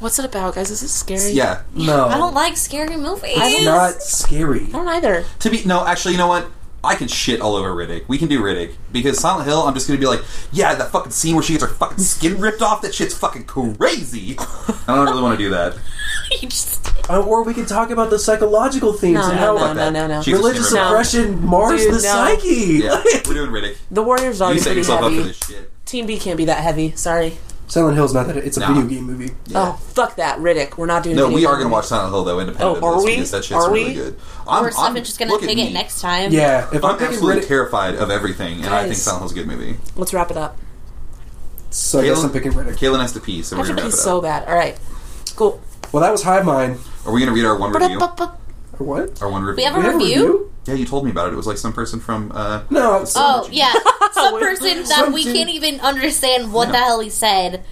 [SPEAKER 1] What's it about, guys? Is it scary?
[SPEAKER 2] Yeah.
[SPEAKER 4] No,
[SPEAKER 3] Oh, I don't like scary movies.
[SPEAKER 4] It's not scary.
[SPEAKER 1] I don't either.
[SPEAKER 2] To be no, actually, you know what? I can shit all over Riddick. We can do Riddick because Silent Hill. I'm just gonna be like, yeah, that fucking scene where she gets her fucking skin ripped off. That shit's fucking crazy. I don't really want to do that.
[SPEAKER 3] You just-
[SPEAKER 4] Uh, or we can talk about the psychological themes
[SPEAKER 1] No,
[SPEAKER 4] and
[SPEAKER 1] no,
[SPEAKER 4] how
[SPEAKER 1] no,
[SPEAKER 2] Fuck
[SPEAKER 1] no,
[SPEAKER 2] that.
[SPEAKER 1] no, no.
[SPEAKER 2] She-
[SPEAKER 4] religious
[SPEAKER 2] No.
[SPEAKER 4] oppression mars
[SPEAKER 1] Dude, no.
[SPEAKER 4] the psyche.
[SPEAKER 2] Yeah, we're doing Riddick.
[SPEAKER 1] The Warriors are already
[SPEAKER 2] You set
[SPEAKER 1] Oh, pretty
[SPEAKER 2] yourself up for
[SPEAKER 1] heavy.
[SPEAKER 2] this shit.
[SPEAKER 1] Team B can't be that heavy. Sorry.
[SPEAKER 4] Silent Hill's not that. It's a
[SPEAKER 2] Nah.
[SPEAKER 4] video game movie.
[SPEAKER 2] Yeah.
[SPEAKER 1] Oh, fuck that, Riddick. We're not doing.
[SPEAKER 2] No,
[SPEAKER 1] video
[SPEAKER 2] we are
[SPEAKER 1] game.
[SPEAKER 2] gonna watch Silent Hill though,
[SPEAKER 1] Oh,
[SPEAKER 2] independent of
[SPEAKER 1] are
[SPEAKER 2] this
[SPEAKER 1] we?
[SPEAKER 2] because that shit's
[SPEAKER 1] Are
[SPEAKER 2] really
[SPEAKER 1] we?
[SPEAKER 2] good.
[SPEAKER 3] Or
[SPEAKER 2] I'm-
[SPEAKER 3] I'm just gonna
[SPEAKER 2] look at
[SPEAKER 3] pick it
[SPEAKER 2] me.
[SPEAKER 3] next time.
[SPEAKER 4] Yeah, if I'm,
[SPEAKER 2] I'm
[SPEAKER 4] picking
[SPEAKER 2] absolutely
[SPEAKER 4] Riddick,
[SPEAKER 2] terrified of everything, and I think
[SPEAKER 1] Guys.
[SPEAKER 2] Silent Hill's a good movie.
[SPEAKER 1] Let's wrap it up.
[SPEAKER 4] so I guess I'm picking Riddick.
[SPEAKER 2] Kaylin has to pee, so
[SPEAKER 1] I
[SPEAKER 2] we're
[SPEAKER 1] have
[SPEAKER 2] gonna
[SPEAKER 1] to
[SPEAKER 2] wrap
[SPEAKER 1] pee
[SPEAKER 2] it up.
[SPEAKER 1] so bad. All right. Cool.
[SPEAKER 4] Well, that was High Mind.
[SPEAKER 2] Are we gonna read our one review?
[SPEAKER 4] Or what?
[SPEAKER 2] Our one review.
[SPEAKER 3] We have a
[SPEAKER 4] We have a
[SPEAKER 3] review?
[SPEAKER 4] review?
[SPEAKER 2] yeah, you told me about it. It was like some person from. Uh,
[SPEAKER 4] No. it's-
[SPEAKER 3] Oh yeah, some
[SPEAKER 1] Wait.
[SPEAKER 3] person that
[SPEAKER 4] Some
[SPEAKER 3] we
[SPEAKER 4] dude-
[SPEAKER 3] can't even understand what the
[SPEAKER 2] Yeah.
[SPEAKER 3] hell he said.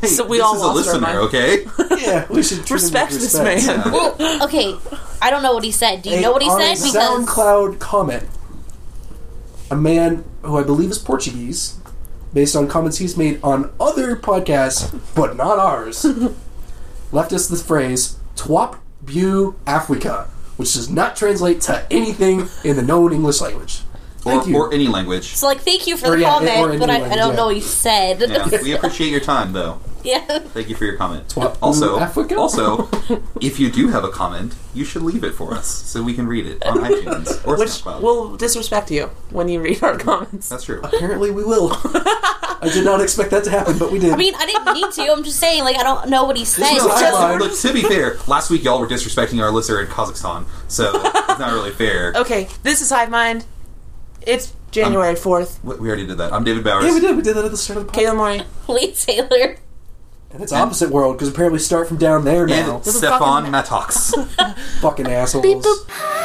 [SPEAKER 2] hey,
[SPEAKER 1] So we
[SPEAKER 2] this
[SPEAKER 1] all
[SPEAKER 2] is
[SPEAKER 1] lost our
[SPEAKER 2] a listener,
[SPEAKER 1] mind.
[SPEAKER 2] okay?
[SPEAKER 4] yeah, we should treat him with
[SPEAKER 1] Respect this
[SPEAKER 4] respect.
[SPEAKER 1] man.
[SPEAKER 2] Yeah.
[SPEAKER 3] Well, okay, I don't know what he said. Do you know what he
[SPEAKER 4] on a
[SPEAKER 3] said? Because
[SPEAKER 4] SoundCloud comment. A man who I believe is Portuguese, based on comments he's made on other podcasts, but not ours, left us the phrase "twop bu Africa," which does not translate to anything in the known English language. Thank
[SPEAKER 2] or,
[SPEAKER 4] you.
[SPEAKER 2] or any language.
[SPEAKER 3] so, like, thank you for
[SPEAKER 4] Or,
[SPEAKER 3] the
[SPEAKER 4] yeah, or in
[SPEAKER 3] comment, but I,
[SPEAKER 4] England,
[SPEAKER 3] I don't
[SPEAKER 4] yeah.
[SPEAKER 3] know what he said.
[SPEAKER 2] Yeah, we appreciate your time, though.
[SPEAKER 3] yeah.
[SPEAKER 2] Thank you for your comment.
[SPEAKER 4] what-
[SPEAKER 2] Also,
[SPEAKER 4] Africa?
[SPEAKER 2] also, if you do have a comment, you should leave it for us so we can read it on iTunes or
[SPEAKER 1] Which
[SPEAKER 2] SoundCloud.
[SPEAKER 1] will disrespect you when you read our comments.
[SPEAKER 2] That's true.
[SPEAKER 4] Apparently, we will. I did not expect that to happen, but we did.
[SPEAKER 3] I mean, I didn't need to. I'm just saying, like, I don't know what he said.
[SPEAKER 4] is
[SPEAKER 2] Just-
[SPEAKER 4] Sideline.
[SPEAKER 2] look, to be fair, last week y'all were disrespecting our listener in Kazakhstan, so it's not really fair.
[SPEAKER 1] Okay, this is Hive Mind. It's January 4th.
[SPEAKER 2] We we already did that. I'm David Bowers.
[SPEAKER 4] yeah, we did. We did that at the start of the podcast.
[SPEAKER 1] Kayla Mori.
[SPEAKER 3] Lee Taylor.
[SPEAKER 4] And it's opposite world because apparently start from down there now.
[SPEAKER 2] And Stefan Matox.
[SPEAKER 4] Fucking assholes.
[SPEAKER 1] boop.